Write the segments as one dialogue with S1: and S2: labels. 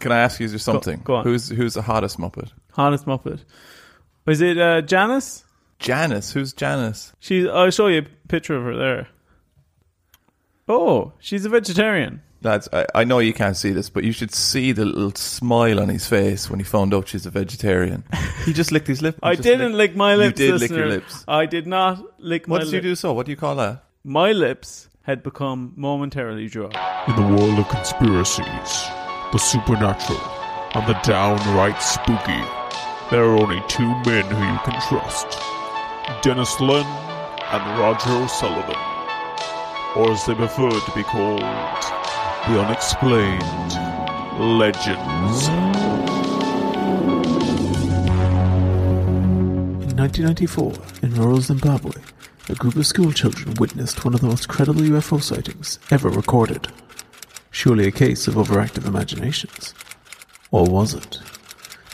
S1: Can I ask you just something?
S2: go on.
S1: Who's who's the hottest Muppet?
S2: Honest Muppet. Is it uh, Janice?
S1: Janice. Who's Janice?
S2: She's. I'll show you a picture of her there. Oh, she's a vegetarian.
S1: Lads, I, I know you can't see this, but you should see the little smile on his face when he found out she's a vegetarian. He just licked his lip. He
S2: I
S1: just
S2: didn't
S1: licked-
S2: lick my
S1: You
S2: lips.
S1: did lick
S2: listener.
S1: your lips.
S2: I did not lick
S1: What
S2: my
S1: did you
S2: lips.
S1: do so? What do you call that?
S2: My lips had become momentarily dry.
S3: In the world of conspiracies, the supernatural, and the downright spooky, there are only two men who you can trust Dennis Lynn and Roger O'Sullivan. Or as they prefer to be called, the unexplained legends.
S4: In 1994, in rural Zimbabwe, a group of school children witnessed one of the most credible UFO sightings ever recorded. Surely a case of overactive imaginations. Or was it?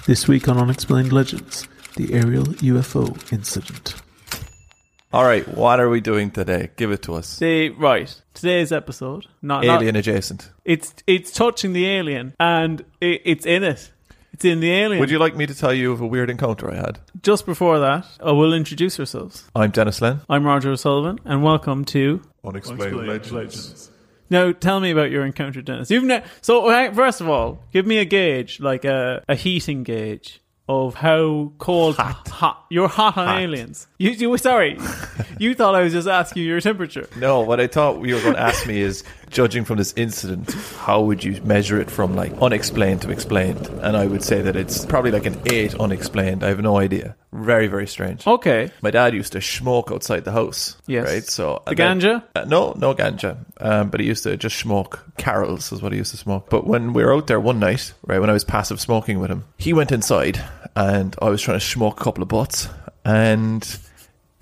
S4: This week on Unexplained Legends, the aerial UFO incident.
S1: All right, what are we doing today? Give it to us.
S2: They right. Today's episode. Not not-
S1: Alien adjacent.
S2: it's it's touching the alien and it, it's in it. It's in the alien.
S1: Would you like me to tell you of a weird encounter I had?
S2: Just before that, I will introduce ourselves.
S1: I'm Dennis Len.
S2: I'm Roger O'Sullivan, and welcome to.
S1: Unexplained,
S2: Now, tell me about your encounter, Dennis. You've ne- so uh, first of all, give me a gauge, like a, a heating gauge of how cold hot, you're hot on aliens. You, you sorry, you thought I was just asking you your temperature.
S1: No, what I thought you were going to ask me is, judging from this incident, how would you measure it from like unexplained to explained? And I would say that it's probably like an eight unexplained. I have no idea. Very, very strange.
S2: Okay,
S1: My dad used to smoke outside the house.
S2: Yes.
S1: Right. So
S2: The ganja?
S1: Uh, no, no ganja. Um, but he used to just smoke carols is what he used to smoke. But when we were out there one night, right, when I was passive smoking with him, he went inside and I was trying to smoke a couple of butts and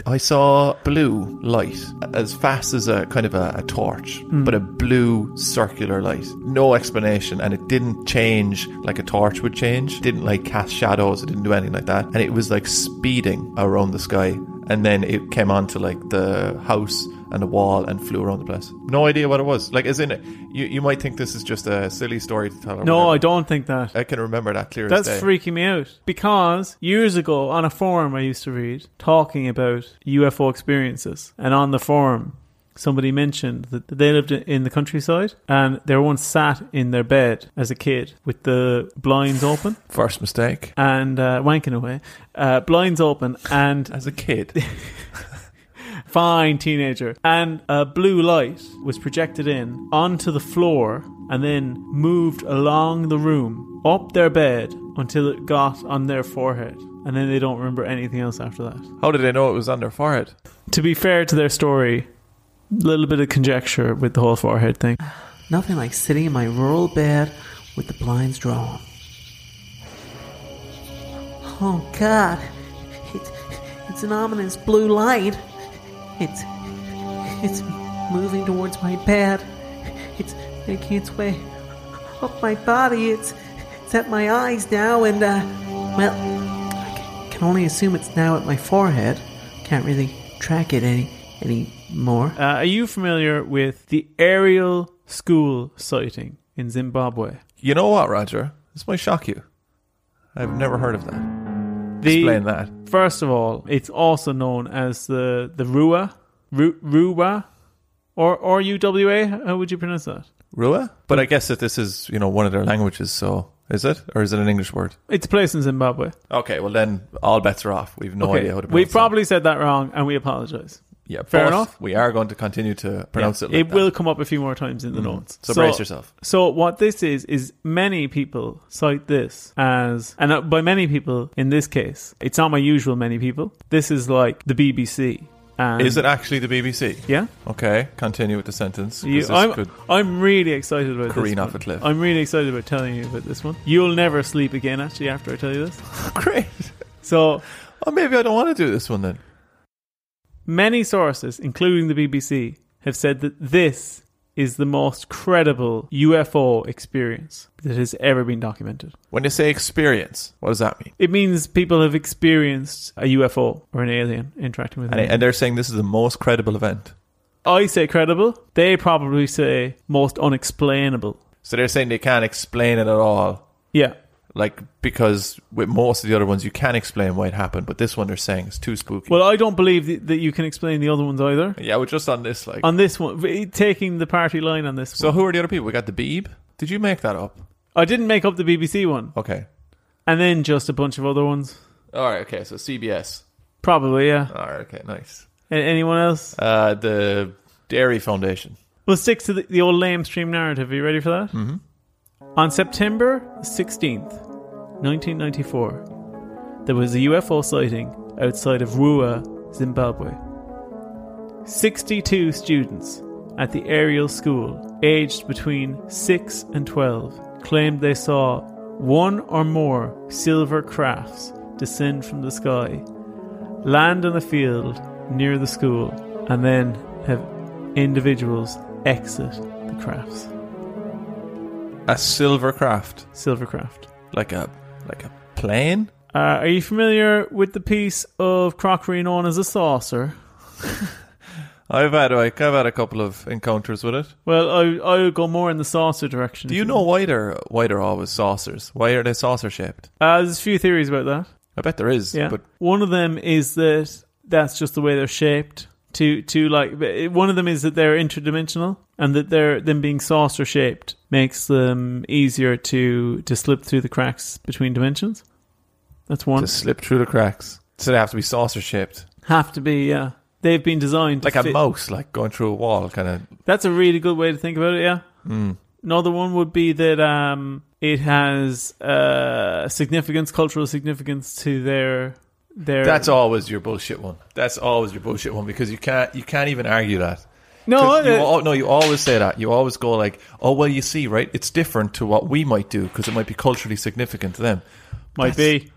S1: I saw blue light as fast as a kind of a, a torch,
S2: Hmm.
S1: but a blue circular light. No explanation, and it didn't change like a torch would change. Didn't like cast shadows. It didn't do anything like that. And it was like speeding around the sky, and then it came onto like the house and the wall and flew around the place. No idea what it was. Like, as in, you you might think this is just a silly story to tell. Or
S2: no, I
S1: whatever.
S2: don't think that.
S1: I can remember that clear
S2: That's
S1: as day.
S2: freaking me out because years ago on a forum I used to read talking about UFO experiences, and on the forum somebody mentioned that they lived in the countryside and they were once sat in their bed as a kid with the blinds open
S1: First mistake
S2: and uh, wanking away, uh, blinds open, and
S1: as a kid.
S2: fine teenager. And a blue light was projected in onto the floor and then moved along the room, up their bed, until it got on their forehead. And then they don't remember anything else after that.
S1: How did I know it was on their forehead?
S2: To be fair to their story, little bit of conjecture with the whole forehead thing.
S5: Nothing like sitting in my rural bed with the blinds drawn. Oh God, it's it's an ominous blue light. It's it's moving towards my bed. It's making its way up my body. It's it's at my eyes now, and uh, well, I c- can only assume it's now at my forehead. Can't really track it any any more.
S2: Uh, are you familiar with the aerial school sighting in Zimbabwe?
S1: You know what, Roger? This might shock you. I've never heard of that.
S2: The-
S1: Explain that.
S2: First of all, it's also known as the the Rua, Ru, Rua, or or UWA. How would you pronounce that?
S1: Rua? But I guess that this is, you know, one of their languages, so is it? Or is it an English word?
S2: It's a place in Zimbabwe.
S1: Okay, well then all bets are off. We've no
S2: Okay,
S1: idea how to pronounce
S2: we
S1: that.
S2: probably said that wrong, and we apologize.
S1: Yeah,
S2: fair
S1: but
S2: enough.
S1: We are going to continue to pronounce it like
S2: it
S1: that. Mm.
S2: will come up a few more times in the notes.
S1: So brace yourself.
S2: So what this is is many people cite this as, and uh, by many people in this case, it's not my usual many people. This is like the BBC. And
S1: Is it actually the BBC?
S2: Yeah.
S1: Okay, continue with the sentence. 'cause
S2: You,
S1: this
S2: I'm,
S1: could-
S2: I'm really excited about this.
S1: careen off
S2: one.
S1: a cliff.
S2: I'm really excited about telling you about this one. You'll never sleep again, actually, after I tell you this.
S1: great.
S2: So,
S1: Oh, maybe I don't want to do this one then.
S2: many sources, including the BBC, have said that this is the most credible UFO experience that has ever been documented.
S1: When you say experience, what does that mean?
S2: It means people have experienced a UFO or an alien interacting with
S1: And,
S2: them.
S1: and they're saying this is the most credible event.
S2: I say credible. They probably say most unexplainable.
S1: So they're saying they can't explain it at all.
S2: Yeah.
S1: Like because with most of the other ones you can explain why it happened, but this one they're saying is too spooky.
S2: Well, I don't believe th- that you can explain the other ones either.
S1: yeah, we're just on this like.
S2: On this one, v- taking the party line on this
S1: so
S2: one.
S1: who are the other people? We got the Beeb. Did you make that up?
S2: I didn't make up the BBC one.
S1: Okay.
S2: And then just a bunch of other ones.
S1: All right. Okay. So CBS.
S2: Probably, yeah.
S1: All right. Okay. Nice.
S2: A- Anyone else?
S1: Uh, the Dairy Foundation.
S2: We'll stick to the, the old lamestream narrative. Are you ready for that? Mm-hmm. On September 16th, 1994, there was a UFO sighting outside of Rua, Zimbabwe. 62 students at the aerial school, aged between 6 and 12, claimed they saw one or more silver crafts descend from the sky, land on a field near the school, and then have individuals exit the crafts.
S1: A silver craft,
S2: Silvercraft.
S1: like a like a plane.
S2: Uh, are you familiar with the piece of crockery known as a saucer?
S1: I've had like I've had a couple of encounters with it.
S2: Well, I I'll go more in the saucer direction.
S1: Do
S2: if
S1: you know why they're why they're always saucers? Why are they saucer shaped?
S2: Uh, there's a few theories about that.
S1: I bet there is.
S2: Yeah,
S1: But
S2: one of them is that that's just the way they're shaped. To to like b- one of them is that they're interdimensional and that they're them being saucer shaped makes them easier to to slip through the cracks between dimensions. That's one.
S1: to slip through the cracks, so they have to be saucer shaped,
S2: Have to be yeah. They've been designed to
S1: like a
S2: fit-
S1: mouse, like going through a wall, kind of.
S2: That's a really good way to think about it. Yeah.
S1: Mm.
S2: Another one would be that um, it has uh, significance, cultural significance to their their.
S1: That's always your bullshit one. That's always your bullshit one because you can't you can't even argue that.
S2: No,
S1: 'Cause you
S2: uh,
S1: al- no, you always say that. You always go like, "Oh well, you see, right? It's different to what we might do because it might be culturally significant to them."
S2: might be,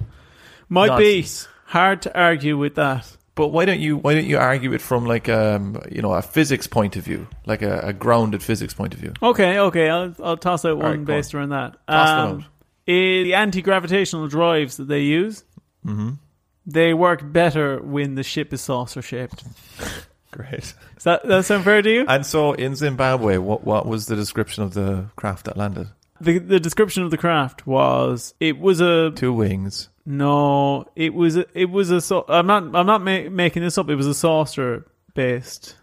S2: might
S1: Nonsense.
S2: be hard to argue with that.
S1: But why don't you why don't you argue it from like um you know a physics point of view, like a, a grounded physics point of view?
S2: Okay, okay, I'll I'll toss out one
S1: right, go
S2: based around that.
S1: Toss one out.
S2: i- the anti gravitational drives that they use,
S1: Mm-hmm.
S2: they work better when the ship is saucer shaped.
S1: Great.
S2: Does that that sound fair to you?
S1: And so in Zimbabwe, what what was the description of the craft that landed?
S2: the the description of the craft was it was a
S1: Two wings.
S2: No, it was a, it was a. sau- I'm not I'm not ma- making this up. It was a saucer based,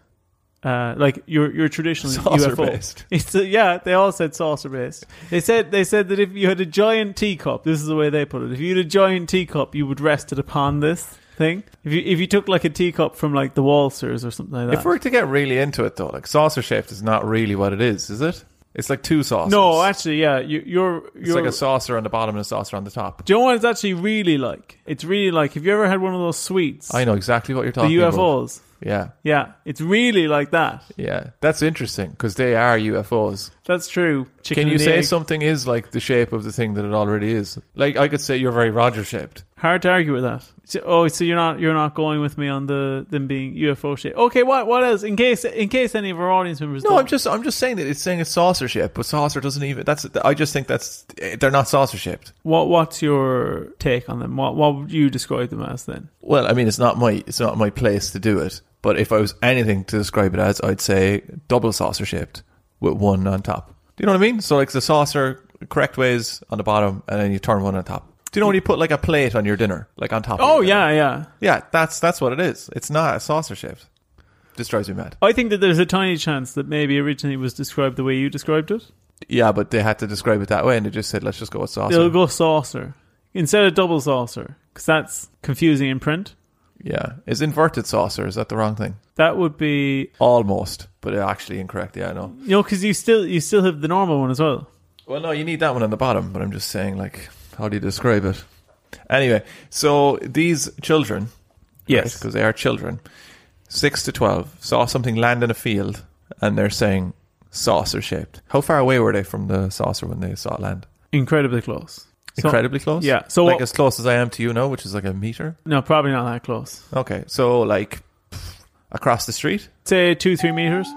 S2: uh, like your your traditional
S1: Saucer
S2: UFO.
S1: based.
S2: It's a, yeah, they all said saucer based. They said they said that if you had a giant teacup, this is the way they put it. If you had a giant teacup, you would rest it upon this thing. If you if you took like a teacup from like the Walsers or something like that.
S1: If we're to get really into it though, like saucer shaped is not really what it is, is it? It's like two saucers.
S2: no, actually, yeah, you, you're
S1: it's
S2: you're.
S1: like a saucer on the bottom and a saucer on the top.
S2: do you know what it's actually really like? It's really like if you ever had one of those sweets,
S1: I know exactly what you're
S2: the
S1: talking about.
S2: UFOs.
S1: Yeah,
S2: Yeah, it's really like that.
S1: yeah, that's interesting because they are UFOs.
S2: That's true. Chicken
S1: Can you
S2: and
S1: say
S2: egg.
S1: something is like the shape of the thing that it already is? Like I could say you're very Roger shaped.
S2: Hard to argue with that. So- oh, so you're not you're not going with me on the them being UFO shit. Okay, what what else? In case in case any of our audience members.
S1: No,
S2: don't-
S1: I'm just I'm just saying that it's saying it's saucer shaped, but saucer doesn't even. That's I just think that's they're not saucer shaped.
S2: What what's your take on them? What what would you describe them as then?
S1: Well, I mean it's not my it's not my place to do it. But if I was anything to describe it as, I'd say double saucer shaped with one on top. Do you know what I mean? So like the saucer correct way is on the bottom, and then you turn one on top. Do you know when you put like a plate on your dinner, like on top? of
S2: Oh
S1: your dinner?
S2: yeah, yeah.
S1: yeah. That's that's what it is. It's not a saucer shaped. This drives me mad.
S2: I think that there's a tiny chance that maybe originally it was described the way you described it.
S1: Yeah, but they had to describe it that way, and they just said, "Let's just go with saucer."
S2: They'll go saucer instead of double saucer because that's confusing in print.
S1: yeah, is inverted saucer? Is that the wrong thing?
S2: That would be
S1: Almost, but actually incorrect. Yeah, I know.
S2: you know because you still you still have the normal one as well.
S1: Well, no, you need that one on the bottom, but I'm just saying, like, how do you describe it? Anyway, so these children,
S2: Yes.
S1: because they are children, six to twelve, saw something land in a field, and they're saying saucer shaped. How far away were they from the saucer when they saw it land?
S2: Incredibly close. So-
S1: Incredibly close.
S2: yeah, so
S1: like
S2: what-
S1: as close as I am to you now, which is like a meter.
S2: No, probably not that close.
S1: Okay, so like pff, across the street,
S2: Say two, three meters.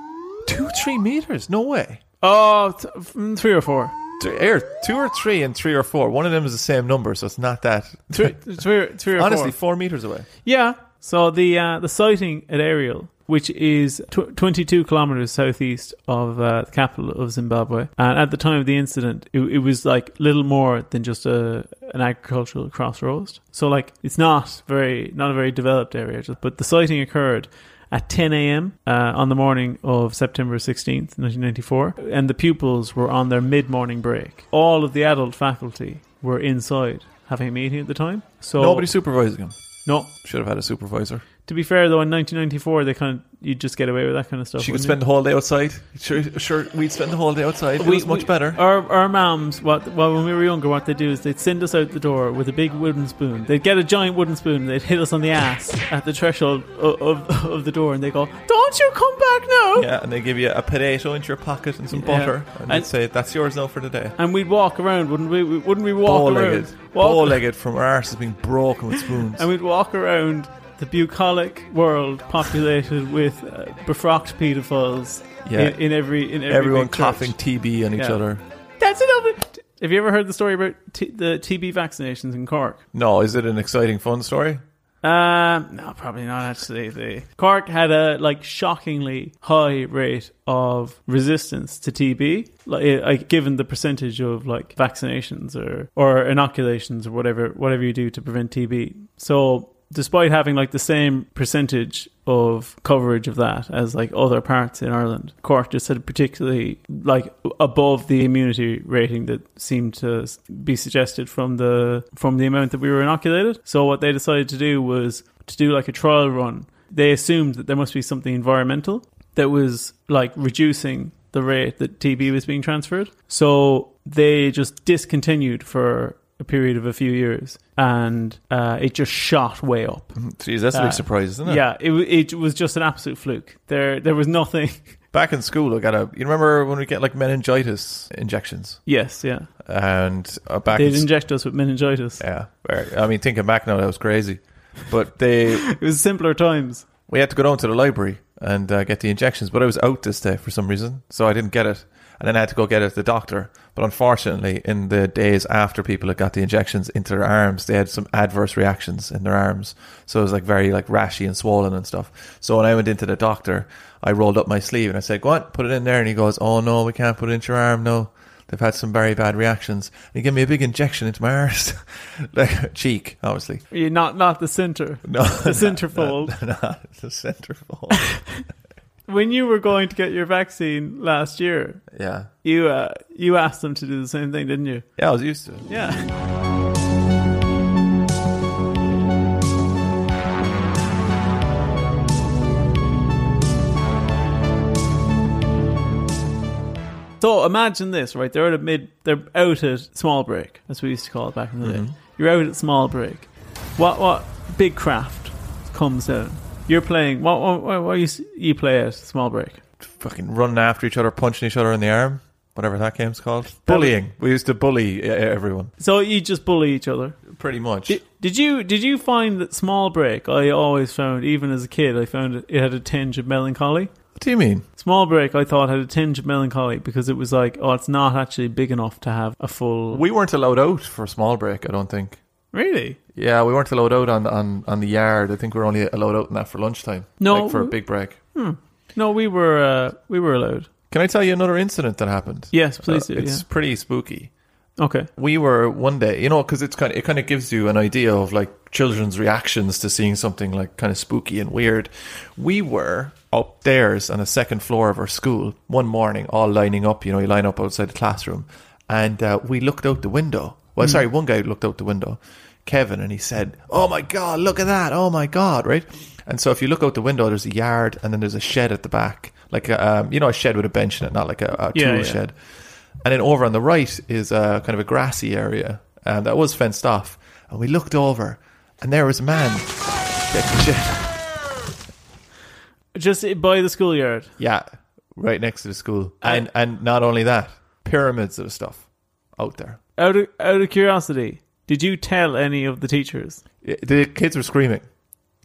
S1: two, three meters. No way.
S2: Oh, th- mm, three or four.
S1: Three, er, two or three and three or four. One of them is the same number, so it's not that.
S2: Three, three, three or
S1: Honestly,
S2: four.
S1: four meters away.
S2: Yeah. So the uh, the sighting at Ariel which is tw- 22 kilometers southeast of uh, the capital of Zimbabwe. And at the time of the incident, it, it was like little more than just a an agricultural crossroads. So like it's not very not a very developed area. Just, but the sighting occurred at 10 a.m. Uh, on the morning of September 16th, 1994, and the pupils were on their mid morning break. All of the adult faculty were inside having a meeting at the time. So
S1: Nobody's supervising him.
S2: no.
S1: Should have had a supervisor.
S2: To be fair, though, in 1994, they kind of you just get away with that kind of stuff.
S1: She could
S2: wouldn't
S1: spend the whole day outside. Sure, sure, we'd spend the whole day outside. It was much better.
S2: Our, our moms, what, well, when we were younger, what they'd do is they'd send us out the door with a big wooden spoon. They'd get a giant wooden spoon, they'd hit us on the ass at the threshold of, of, of the door, and they go, Don't you come back now!
S1: yeah, and they give you a potato into your pocket and some
S2: Yeah.
S1: butter, and they'd
S2: And-
S1: say, "That's yours now for the day."
S2: And we'd walk around, wouldn't we? We- Wouldn't we walk
S1: Bow-legged,
S2: around? Walk-
S1: bow-legged from our arse is being broken with spoons.
S2: And we'd walk around the bucolic world populated with uh, befrocked paedophiles
S1: yeah,
S2: in, in every in every
S1: everyone
S2: big church.
S1: coughing TB on each
S2: Yeah.
S1: other.
S2: That's enough. Have you ever heard the story about t- the TB vaccinations in Cork?
S1: No, is it an exciting, fun story?
S2: Um, no, probably not. Actually, the Cork had a like shockingly high rate of resistance to TB, like, eh, like given the percentage of like vaccinations or or inoculations or whatever whatever you do to prevent TB. So, despite having like the same percentage of coverage of that as like other parts in Ireland, Cork just had particularly like above the immunity rating that seemed to s- be suggested from the from the amount that we were inoculated. So what they decided to do was to do like a trial run. They assumed that there must be something environmental that was like reducing the rate that TB was being transferred. So they just discontinued for a period of a few years, and uh, it just shot way up.
S1: Jeez, that's a
S2: Uh,
S1: big surprise, isn't it?
S2: Yeah, it, wa- it was just an absolute fluke. There, there was nothing.
S1: Back in school, I got a. You remember when we get like meningitis injections?
S2: yes, yeah,
S1: And uh, back
S2: they'd
S1: in school,
S2: inject us with meningitis.
S1: yeah. where- I mean, thinking back now, that was crazy. But they,
S2: It was simpler times.
S1: we had to go down to the library and uh, get the injections. But I was out this day for some reason, so I didn't get it. And then I had to go get it at the doctor. But unfortunately, in the days after people had got the injections into their arms, they had some adverse reactions in their arms. So it was like very like rashy and swollen and stuff. So when I went into the doctor, I rolled up my sleeve and I said, "Go on, put it in there." And he goes, "Oh no, we can't put it into your arm. No, they've had some very bad reactions." And he gave me a big injection into my arse, like cheek, obviously.
S2: You're not not the center.
S1: No,
S2: The centerfold.
S1: not the centerfold.
S2: When you were going to get your vaccine last year,
S1: Yeah.
S2: you uh, you asked them to do the same thing, didn't you?
S1: Yeah, I was used to it.
S2: Yeah. So imagine this, right? They're out at mid, they're out at small break, as we used to call it back in the day. You're out at small break. What what big craft comes down? You're playing. What what, what, what you s- you play at small break?
S1: Fucking running after each other, punching each other in the arm, whatever that game's called. Bullying. We used to bully uh, everyone,
S2: So you just bully each other.
S1: pretty much.
S2: Did, did you did you find that small break? I always found, even as a kid, I found it, it had a tinge of melancholy.
S1: what do you mean?
S2: Small break, I thought, had a tinge of melancholy because it was like, oh, it's not actually big enough to have a full.
S1: We weren't allowed out for a small break, I don't think.
S2: really?
S1: Yeah, we weren't allowed out on, on, on the yard. I think we were only allowed out in that for lunchtime.
S2: No.
S1: Like for a big break.
S2: No, we were uh, we were allowed.
S1: Can I tell you another incident that happened?
S2: Yes, please
S1: Uh,
S2: do.
S1: it's pretty spooky.
S2: yeah. Okay.
S1: we were one day, you know, because it's kind of, it kind of gives you an idea of like children's reactions to seeing something like kind of spooky and weird. We were upstairs on the second floor of our school one morning, all lining up. You know, you line up outside the classroom, and uh, we looked out the window. Well,
S2: Hmm.
S1: sorry, one guy looked out the window, Kevin, and he said, "Oh my god, look at that! Oh my god!" Right. And so if you look out the window, there's a yard, and then there's a shed at the back, like a, um, you know, a shed with a bench in it, not like a, a
S2: Yeah,
S1: tool
S2: yeah.
S1: shed. And then over on the right is uh, kind of a grassy area um, that was fenced off. And we looked over, and there was a man.
S2: Just i- by the schoolyard.
S1: Yeah, right next to the school. And and not only that, pyramids of stuff out there.
S2: Out of, out of curiosity, did you tell any of the teachers?
S1: It- the kids were screaming.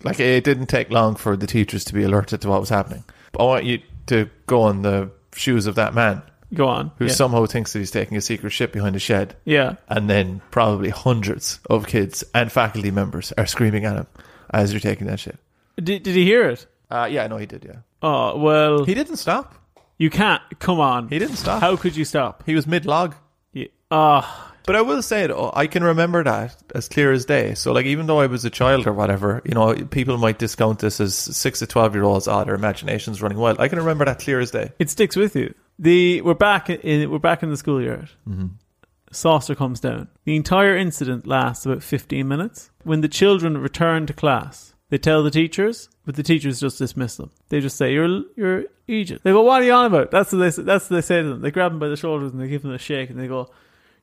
S1: Like it didn't take long for the teachers to be alerted to what was happening. But I want you to go on the shoes of that man
S2: Go on.
S1: who
S2: yeah.
S1: somehow thinks that he's taking a secret ship behind a shed.
S2: yeah.
S1: and then probably hundreds of kids and faculty members are screaming at him as you're taking that shit.
S2: Did, did he hear it?
S1: Uh, yeah, no, he did. Yeah,
S2: Oh, well,
S1: he didn't stop.
S2: you can't. Come on.
S1: He didn't stop.
S2: How could you stop?
S1: He was mid log.
S2: You- Ah,
S1: But I will say though, I can remember that as clear as day. So like, even though I was a child or whatever, you know, people might discount this as six to twelve year olds. Ah, their imagination's running wild. I can remember that clear as day.
S2: it sticks with you. The we're back in we're back in the schoolyard. Saucer comes down. The entire incident lasts about fifteen minutes. When the children return to class, they tell the teachers, but the teachers just dismiss them. They just say, "You're you're Egypt." They go, "What are you on about?" That's what they say- that's what they say to them. They grab them by the shoulders and they give them a shake and they go,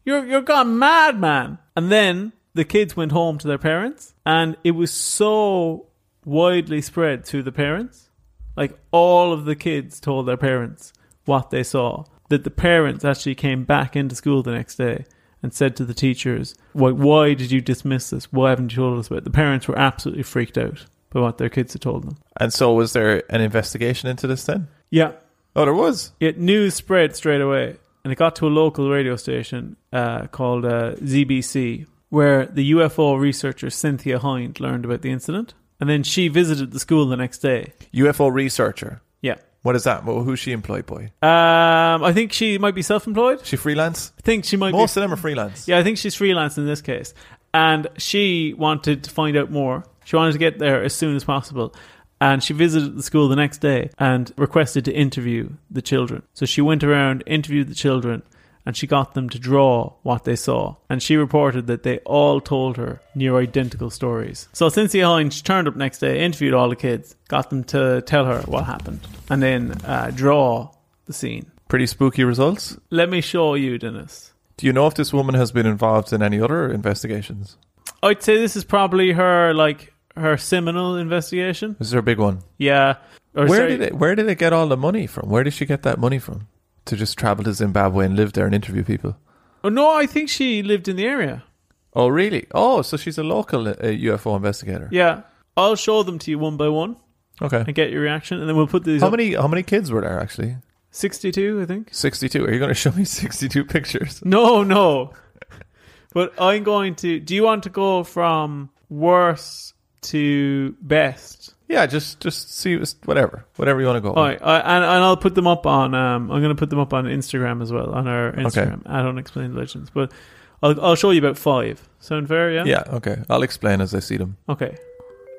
S2: "You're you're gone mad, man!" And then the kids went home to their parents, and it was so widely spread to the parents like all of the kids told their parents what they saw. That the parents actually came back into school the next day and said to the teachers, "Why, why did you dismiss this? Why haven't you told us about?" it?" The parents were absolutely freaked out by what their kids had told them.
S1: And so, was there an investigation into this then?
S2: Yeah,
S1: Oh, there was.
S2: it news spread straight away, and it got to a local radio station uh, called uh, ZBC, where the UFO researcher Cynthia Hind learned about the incident, and then she visited the school the next day.
S1: UFO researcher.
S2: Yeah.
S1: What is that? Well, who's she employed by?
S2: Um, I think she might be self-employed.
S1: She freelance.
S2: I think she might be
S1: Most of them are freelance.
S2: Yeah, I think she's freelance in this case. And she wanted to find out more. She wanted to get there as soon as possible. And she visited the school the next day and requested to interview the children. So she went around, interviewed the children, and she got them to draw what they saw. And she reported that they all told her near identical stories. So Cynthia Hines turned up next day, interviewed all the kids, got them to tell her what happened, and then uh, draw the scene.
S1: Pretty spooky results.
S2: Let me show you, Dennis.
S1: Do you know if this woman has been involved in any other investigations?
S2: I'd say this is probably her like her seminal investigation.
S1: This is her big one.
S2: Yeah. Or
S1: where
S2: sorry,
S1: did it? Where did it get all the money from? Where did she get that money from to just travel to Zimbabwe and live there and interview people?
S2: Oh no, I think she lived in the area.
S1: Oh, really? Oh, so she's a local uh, UFO investigator.
S2: Yeah. I'll show them to you one by one
S1: Okay.
S2: and get your reaction, and then we'll put these.
S1: How
S2: up.
S1: many? How many kids were there actually?
S2: Sixty-two, I think.
S1: Sixty-two. Are you going to show me sixty-two pictures?
S2: No, no. but I'm going to. Do you want to go from worst to best?
S1: Yeah, just just see whatever, whatever you want to go.
S2: All right, I, and, and I'll put them up on. Um, I'm going to put them up on Instagram as well on our Instagram. I don't explain legends, but I'll, I'll show you about five. Sound fair? Yeah.
S1: Yeah. Okay. I'll explain as I see them.
S2: Okay.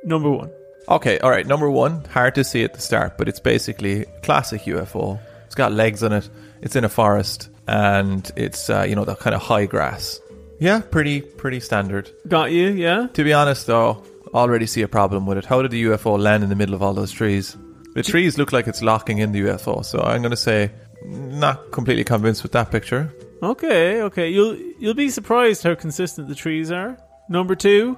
S2: Number one.
S1: Okay, all right. Number one, hard to see at the start, but it's basically classic UFO. It's got legs on it. It's in a forest, and it's uh, you know that kind of high grass. Yeah, pretty pretty standard.
S2: Got you, yeah?
S1: To be honest, though, already see a problem with it. How did the UFO land in the middle of all those trees? The trees look like it's locking in the UFO, so I'm going to say not completely convinced with that picture.
S2: Okay, okay. You'll you'll be surprised how consistent the trees are. Number two.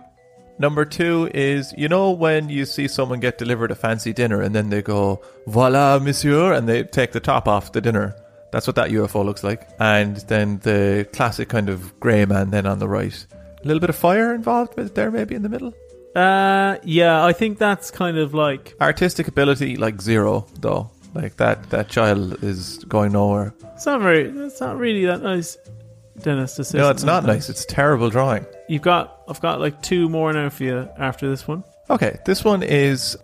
S1: Number two is, you know, when you see someone get delivered a fancy dinner and then they go, voila, monsieur, and they take the top off the dinner. That's what that UFO looks like. And then the classic kind of grey man then on the right. A little bit of fire involved with- there, maybe in the middle.
S2: Uh yeah, I think that's kind of like
S1: Artistic ability, like zero, though. Like that, that child is going nowhere.
S2: it's not very it's not really that nice, Dennis to say.
S1: No, it's
S2: something like
S1: not
S2: that.
S1: nice. It's terrible drawing.
S2: You've got I've got like two more now for you after this one.
S1: Okay, this one is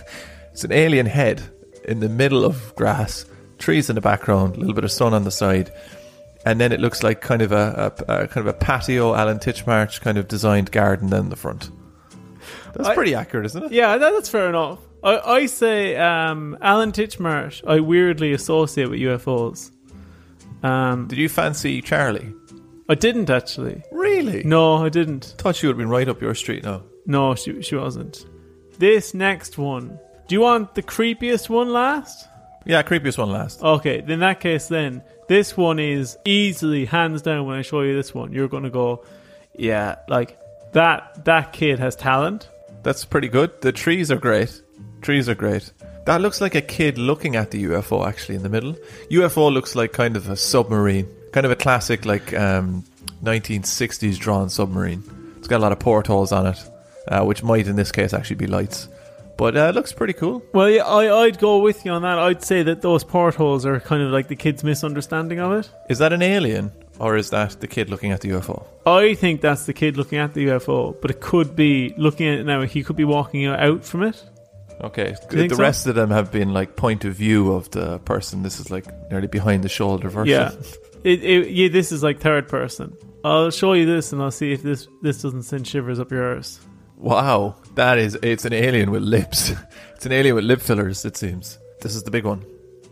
S1: it's an alien head in the middle of grass, trees in the background, a little bit of sun on the side, and then it looks like kind of a, a, a kind of a patio Alan Titchmarsh kind of designed garden in the front. That's
S2: I-
S1: pretty accurate, isn't it?
S2: Yeah, that, that's fair enough. I, I say um Alan Titchmarsh I weirdly associate with UFOs. Um
S1: Did you fancy Charlie?
S2: I didn't actually.
S1: Really?
S2: No, I didn't.
S1: Thought you would have been right up your street now.
S2: No, she, she wasn't. This next one. Do you want the creepiest one last?
S1: Yeah, creepiest one last.
S2: Okay, in that case, then, this one is easily, hands down, when I show you this one, you're going to go, yeah, like, that that kid has talent.
S1: That's pretty good. The trees are great. Trees are great. That looks like a kid looking at the UFO actually in the middle. UFO looks like kind of a submarine, kind of a classic like um, 1960s drawn submarine. It's got a lot of portholes on it, uh, which might in this case actually be lights. But uh, it looks pretty cool.
S2: Well, yeah, I, I'd go with you on that. I'd say that those portholes are kind of like the kid's misunderstanding of it.
S1: Is that an alien or is that the kid looking at the UFO?
S2: I think that's the kid looking at the UFO, but it could be, looking at it now, he could be walking out from it.
S1: Okay.
S2: you think
S1: the
S2: so?
S1: rest of them have been like point of view of the person. This is like nearly behind the shoulder version.
S2: Yeah. It, it, yeah, this is like third person. I'll show you this and I'll see if this, this doesn't send shivers up your arse.
S1: Wow. That is. It's an alien with lips. It's an alien with lip fillers. It seems. This is the big one.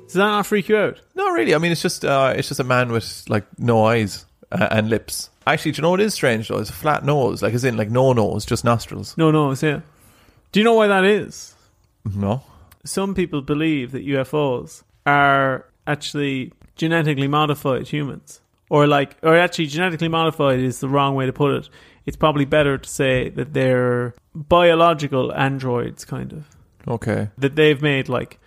S2: Does that not freak you out?
S1: No, really. I mean, it's just uh, it's just a man with like no eyes uh, and lips. Actually, do you know what is strange though? It's a flat nose, like as in like no nose, just nostrils.
S2: No, no, I'm saying. Do you know why that is?
S1: No.
S2: Some people believe that UFOs are actually genetically modified humans. Or like or actually genetically modified is the wrong way to put it. It's probably better to say that they're biological androids kind of.
S1: Okay.
S2: That they've made like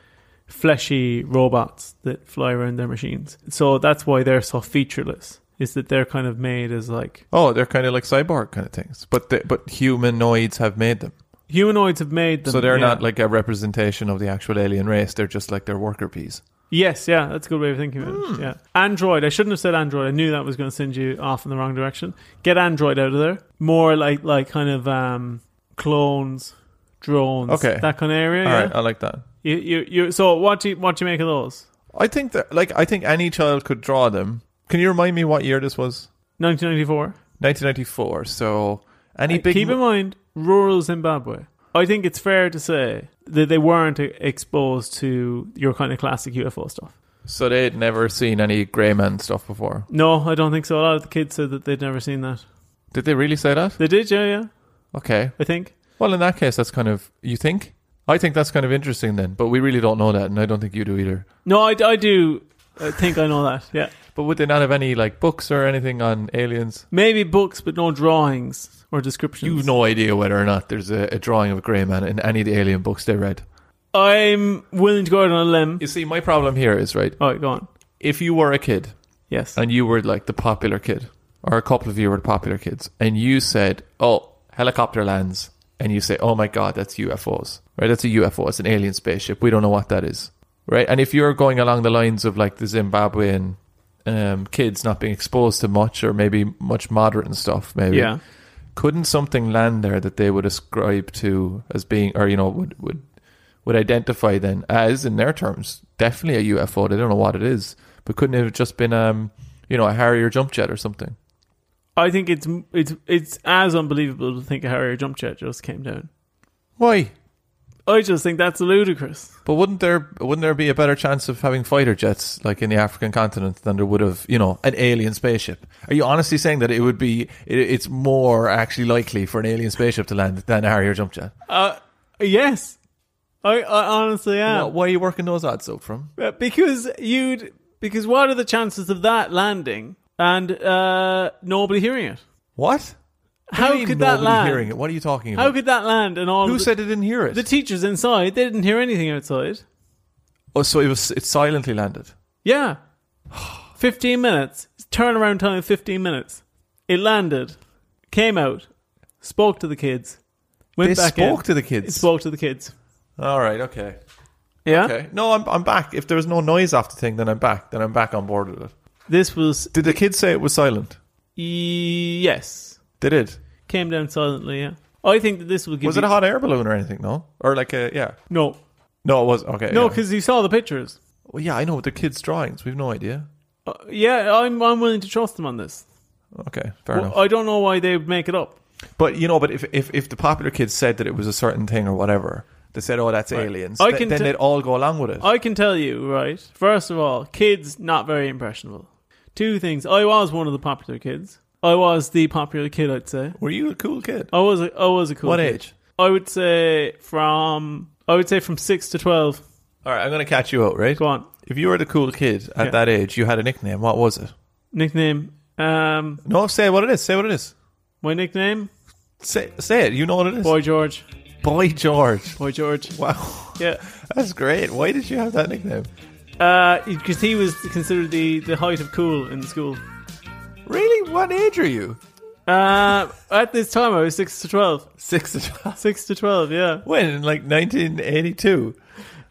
S2: fleshy robots that fly around their machines. So that's why they're so featureless. Is that they're kind of made as like
S1: Oh, they're kind of like cyborg kind of things, but they, but humanoids have made them,
S2: humanoids have made them.
S1: so they're
S2: yeah.
S1: not like a representation of the actual alien race. They're just like their worker bees.
S2: Yes, yeah, that's a good way of thinking about
S1: Hmm.
S2: it. Yeah. Android. I shouldn't have said Android. I knew that was going to send you off in the wrong direction. Get Android out of there. More like like kind of um, clones, drones,
S1: Okay.
S2: that kind of area.
S1: All
S2: yeah.
S1: right, I like that.
S2: You, you, you, so what do you, what do you make of those?
S1: I think that like I think any child could draw them. Can you remind me what year this was?
S2: 1994.
S1: 1994. So any big
S2: Uh, Keep in mind, rural Zimbabwe. I think it's fair to say that they weren't e- exposed to your kind of classic UFO stuff.
S1: so they'd never seen any Grey Man stuff before.
S2: No, I don't think so. A lot of the kids said that they'd never seen that.
S1: Did they really say that?
S2: They did, yeah, yeah.
S1: Okay.
S2: I think.
S1: Well, in that case, that's kind of you think. I think that's kind of interesting then, but we really don't know that, and I don't think you do either.
S2: No, I, I do uh, think I know that. Yeah,
S1: But would they not have any like books or anything on aliens?
S2: maybe books, but no drawings or descriptions.
S1: You've no idea whether or not there's a, a drawing of a grey man in any of the alien books they read.
S2: I'm willing to go out on a limb.
S1: You see, my problem here is right.
S2: All right, go on.
S1: If you were a kid
S2: Yes.
S1: and you were like the popular kid, or a couple of you were the popular kids, and you said, "Oh, helicopter lands," and you say, "Oh my god, that's UFOs, right? That's a UFO. It's an alien spaceship. We don't know what that is, right?" And if you're going along the lines of like the Zimbabwean um, kids not being exposed to much, or maybe much moderate and stuff, maybe,
S2: yeah.
S1: couldn't something land there that they would ascribe to as being, or you know, would would would identify then as, in their terms, definitely a UFO. They don't know what it is, but couldn't it have just been, um, you know, a Harrier jump jet or something?
S2: I think it's it's it's as unbelievable to think a Harrier jump jet just came down.
S1: Why?
S2: I just think that's ludicrous.
S1: But wouldn't there wouldn't there be a better chance of having fighter jets like in the African continent than there would have, you know, an alien spaceship? Are you honestly saying that it would be it, it's more actually likely for an alien spaceship to land than a Harrier jump jet?
S2: Uh, yes, I, I honestly am.
S1: Why are you working those odds out from?
S2: Uh, Because you'd because what are the chances of that landing and uh, nobody hearing it?
S1: What?
S2: How
S1: mean
S2: could that
S1: nobody
S2: land?
S1: hearing it? What are you talking about?
S2: How could that land and all?
S1: Who
S2: of the-
S1: said they didn't hear it?
S2: The teachers inside, they didn't hear anything outside.
S1: oh, so it was it silently landed.
S2: Yeah. 15 minutes. Turnaround time 15 minutes. It landed, came out, spoke to the kids, went
S1: They
S2: back
S1: spoke
S2: in.
S1: to the
S2: It
S1: kids.
S2: spoke to the kids.
S1: All right, okay,
S2: Yeah?
S1: okay. No, I'm I'm back. If there was no noise after the thing, then I'm back. Then I'm back on board with it.
S2: This was,
S1: Did the kids say it was silent?
S2: yes.
S1: They did.
S2: Came down silently, yeah. I think that this will give
S1: Was
S2: you-
S1: it a hot air balloon or anything? No, or like a yeah.
S2: No.
S1: No, it was okay.
S2: No,
S1: yeah.
S2: because you saw the pictures.
S1: well, yeah, I know the kids' drawings. We've no idea.
S2: Uh, yeah, I'm, I'm willing to trust them on this.
S1: Okay, fair
S2: Well, uh-
S1: enough.
S2: I don't know why they make it up.
S1: but you know, but if, if if the popular kids said that it was a certain thing or whatever, they said, "Oh, that's aliens,"
S2: I
S1: th-
S2: can
S1: then
S2: t-
S1: they'd all go along with it.
S2: I can tell you, right? First of all, kids not very impressionable. Two things. I was one of the popular kids. I was the popular kid, I'd say.
S1: Were you a cool kid?
S2: I was a, I was a cool
S1: what
S2: kid.
S1: age?
S2: I would say from I would say from 6 to 12.
S1: All right, I'm going to catch you out, right?
S2: Go on.
S1: If you were the cool kid at
S2: Yeah.
S1: that age, you had a nickname. What was it?
S2: Nickname um
S1: No, say what it is. Say what it is.
S2: my nickname
S1: Say, say it. You know what it is.
S2: Boy George.
S1: Boy George.
S2: Boy George.
S1: Wow,
S2: Yeah.
S1: that's great. Why did you have that nickname?
S2: Uh because he was considered the the height of cool in school.
S1: Really? What age are you?
S2: Uh at this time I was 6 to 12.
S1: Six to twelve.
S2: 6 to 12, yeah.
S1: When? In like 1982.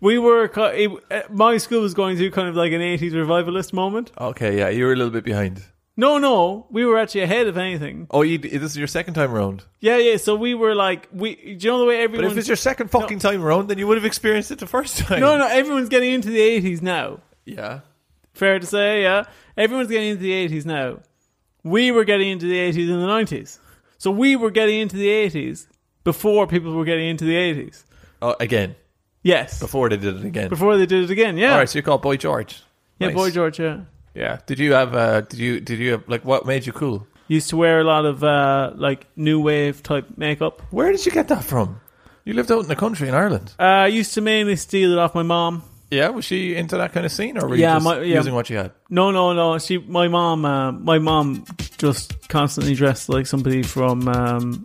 S2: We were ki- it, uh, my school was going through kind of like an 80s revivalist moment.
S1: Okay, yeah, you were a little bit behind.
S2: No, no, we were actually ahead of anything.
S1: Oh, you, this is your second time round.
S2: Yeah, yeah. So we were like, we. Do you know the way
S1: But
S2: everyone?
S1: if it's your second fucking time round, then you would have experienced it the first time.
S2: no, no, everyone's getting into the eighties now.
S1: Yeah.
S2: Fair to say, yeah. Everyone's getting into the eighties now. We were getting into the eighties in the nineties, so we were getting into the eighties before people were getting into the eighties.
S1: Oh, again.
S2: Yes,
S1: Before
S2: before,
S1: they did it again.
S2: they did it again. Yeah,
S1: All right, so you call Boy George.
S2: yeah.
S1: Nice.
S2: Boy George, yeah.
S1: Yeah. Did you have? Uh, did you? Did you have? Like, what made you cool?
S2: Used to wear a lot of uh, like new wave type makeup.
S1: Where did you get that from? You lived out in the country in Ireland.
S2: Uh, used to mainly steal it off my mom.
S1: Yeah, was she into that kind of scene, or were
S2: Yeah,
S1: you just
S2: my- yeah.
S1: using what you had?
S2: No, no, no. She, my mom, uh, my mom just constantly dressed like somebody from um,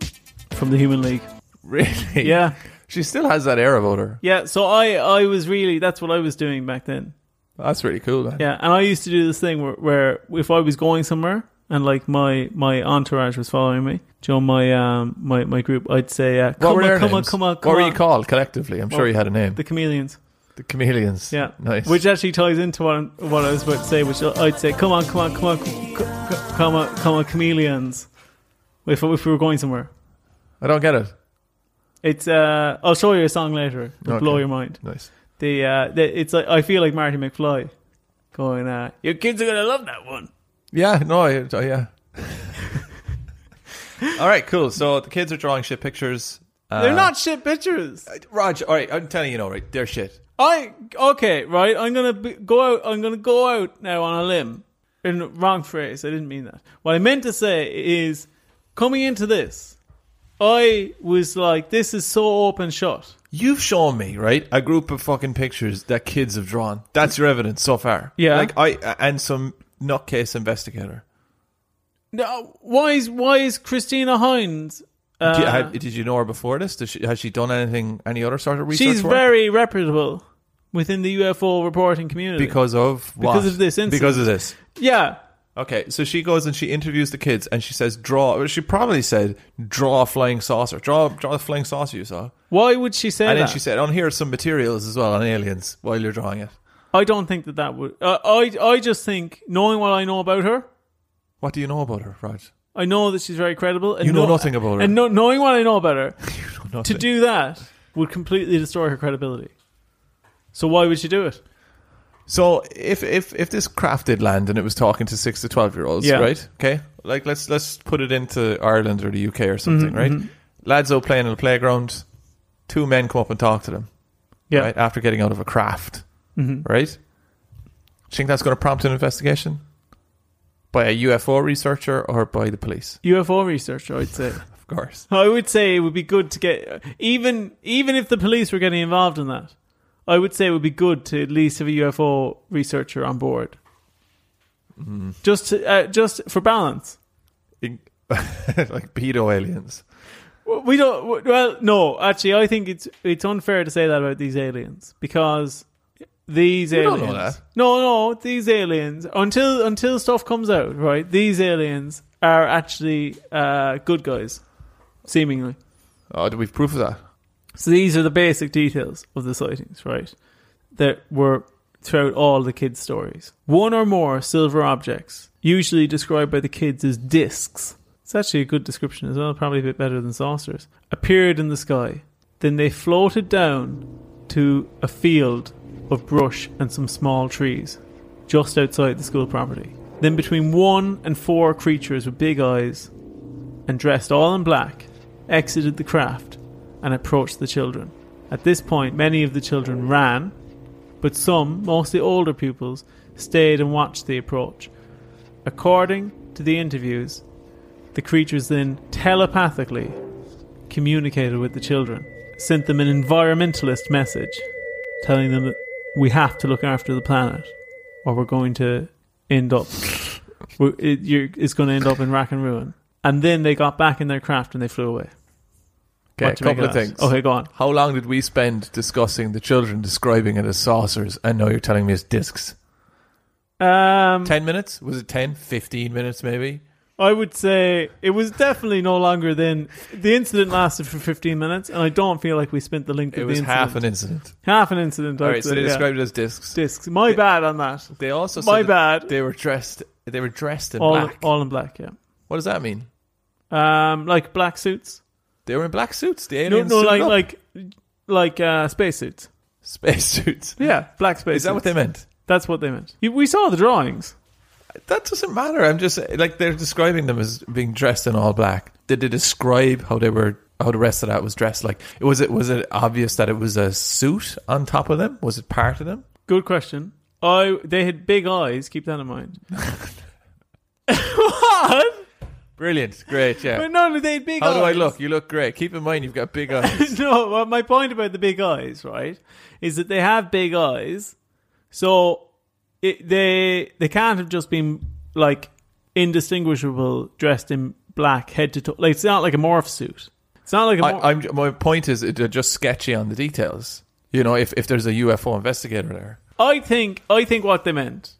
S2: from the Human League.
S1: Really?
S2: Yeah,
S1: She still has that air about her.
S2: yeah. So I, I was really that's what I was doing back then.
S1: That's really cool. Man.
S2: Yeah, and I used to do this thing where, where if I was going somewhere and like my my entourage was following me, join my um my my group, I'd say, uh,
S1: What
S2: come
S1: were
S2: on,
S1: their
S2: come on,
S1: names?
S2: come on,
S1: what
S2: come
S1: were you
S2: on,
S1: called collectively? I'm sure you had a name.
S2: the
S1: The,
S2: chameleons.
S1: Chameleons.
S2: Yeah,
S1: Nice.
S2: Which actually ties into what, I'm, what I was about to say, which I'd say, come on, come on, come on, c- c- come on, come on, chameleons. If if we were going somewhere,
S1: I don't get it.
S2: it's uh, I'll show you a song later. It'll
S1: Okay.
S2: blow your mind.
S1: Nice.
S2: The uh, the, it's like I feel like Marty McFly, going, uh, your kids are gonna love that one.
S1: Yeah. No. I, I- yeah. all right. Cool. So the kids are drawing shit pictures. Uh,
S2: They're not shit pictures.
S1: Raj. All right. I'm telling you, no. Right. They're shit.
S2: I okay, right? I'm gonna be, go out. I'm gonna go out now on a limb. In wrong phrase, I didn't mean that. What I meant to say is, coming into this, I was like, "This is so open shot."
S1: You've shown me, right, a group of fucking pictures that kids have drawn. That's your evidence so far.
S2: Yeah.
S1: Like I and some nutcase investigator.
S2: Now, why is why is Christina Hines? Uh,
S1: Did- had- did you know her before this? Does she, has she done anything, any other sort of research?
S2: she's
S1: work?
S2: very reputable within the UFO reporting community.
S1: because of what?
S2: Because of this incident.
S1: Because of this.
S2: yeah,
S1: Okay, so she goes and she interviews the kids, and she says, "Draw." well, She probably said, "Draw a flying saucer. Draw, draw the flying saucer you saw."
S2: why would she say
S1: And then
S2: that?
S1: she said, "On here are some materials as well on aliens while you're drawing it."
S2: I don't think that that would. Uh, I I just think knowing what I know about her,
S1: What do you know about her, Raj?
S2: I know that she's very credible. And
S1: You know nothing about her.
S2: And no, knowing what I know about her, to
S1: Nothing.
S2: do that would completely destroy her credibility. So why would she do it?
S1: So if if if this craft did land and it was talking to six to twelve year olds,
S2: Yeah.
S1: right? Okay, like let's let's put it into Ireland or the UK or something,
S2: Mm-hmm,
S1: right? Lads out playing on the playground. Two men come up and talk to them.
S2: Yeah. Mm-hmm.
S1: Right after getting out of a craft, right? Do you think that's going to prompt an investigation by a UFO researcher or by the police?
S2: UFO researcher, I'd say.
S1: Of course.
S2: I would say it would be good to get even even if the police were getting involved in that. I would say it would be good to at least have a UFO researcher on board,
S1: Mm-hmm.
S2: just to, uh, just for balance.
S1: In- like pedo aliens.
S2: Well, We don't. Well, no, actually, I think it's it's unfair to say that about these aliens because these
S1: don't
S2: aliens.
S1: know that.
S2: No, no, these aliens. Until until stuff comes out, right? These aliens are actually uh, good guys, seemingly.
S1: Oh, do we have proof of that?
S2: So these are the basic details of the sightings, right? That were throughout all the kids' stories. One or more silver objects, usually described by the kids as discs. It's actually a good description as well, probably a bit better than saucers. Appeared in the sky. Then they floated down to a field of brush and some small trees just outside the school property. Then between one and four creatures with big eyes and dressed all in black, exited the craft and approached the children. At this point, many of the children ran, but some, mostly older pupils, stayed and watched the approach. According to the interviews, the creatures then telepathically communicated with the children, sent them an environmentalist message telling them that we have to look after the planet or we're going to end up we're, it, you're, it's going to end up in rack and ruin. And then they got back in their craft and they flew away.
S1: Okay,
S2: What
S1: a
S2: do you
S1: couple
S2: make
S1: of
S2: that?
S1: things.
S2: Okay, go on.
S1: How long did we spend discussing the children describing it as saucers, and now you're telling me it's discs?
S2: Um,
S1: 10 minutes? Was it 10? 15 minutes, maybe?
S2: I would say it was definitely no longer than the incident lasted for 15 minutes, and I don't feel like we spent the length
S1: It
S2: of
S1: was
S2: the incident.
S1: half an incident.
S2: half an incident.
S1: All
S2: I'd
S1: right, so
S2: say,
S1: they
S2: yeah.
S1: described it as discs.
S2: discs. My bad on that.
S1: They also said
S2: My
S1: that
S2: bad.
S1: they were dressed They were dressed in
S2: all
S1: black.
S2: all in black. Yeah,
S1: what does that mean?
S2: um, like black suits.
S1: They were in black suits. The
S2: No,
S1: aliens
S2: no,
S1: suited
S2: like
S1: up.
S2: like like uh, spacesuits.
S1: space suits.
S2: Yeah, black spacesuits.
S1: Is that what they meant?
S2: That's what they meant. You- We saw the drawings.
S1: That doesn't matter. I'm just like they're describing them as being dressed in all black. Did they describe how they were? How the rest of that was dressed? Like it was it was it obvious that it was a suit on top of them? Was it part of them?
S2: Good question. I they had big eyes. Keep that in mind. what?
S1: Brilliant, great, yeah.
S2: But no, they had big
S1: How
S2: eyes.
S1: do I look? You look great. Keep in mind you've got big eyes.
S2: no, well, my point about the big eyes, right, is that they have big eyes, so it, they they can't have just been like indistinguishable, dressed in black head to toe. Like it's not like a morph suit. It's not like a.
S1: I,
S2: Mor-
S1: I'm my point is it- they're just sketchy on the details. You know, if if there's a UFO investigator there,
S2: I, think I think what they meant,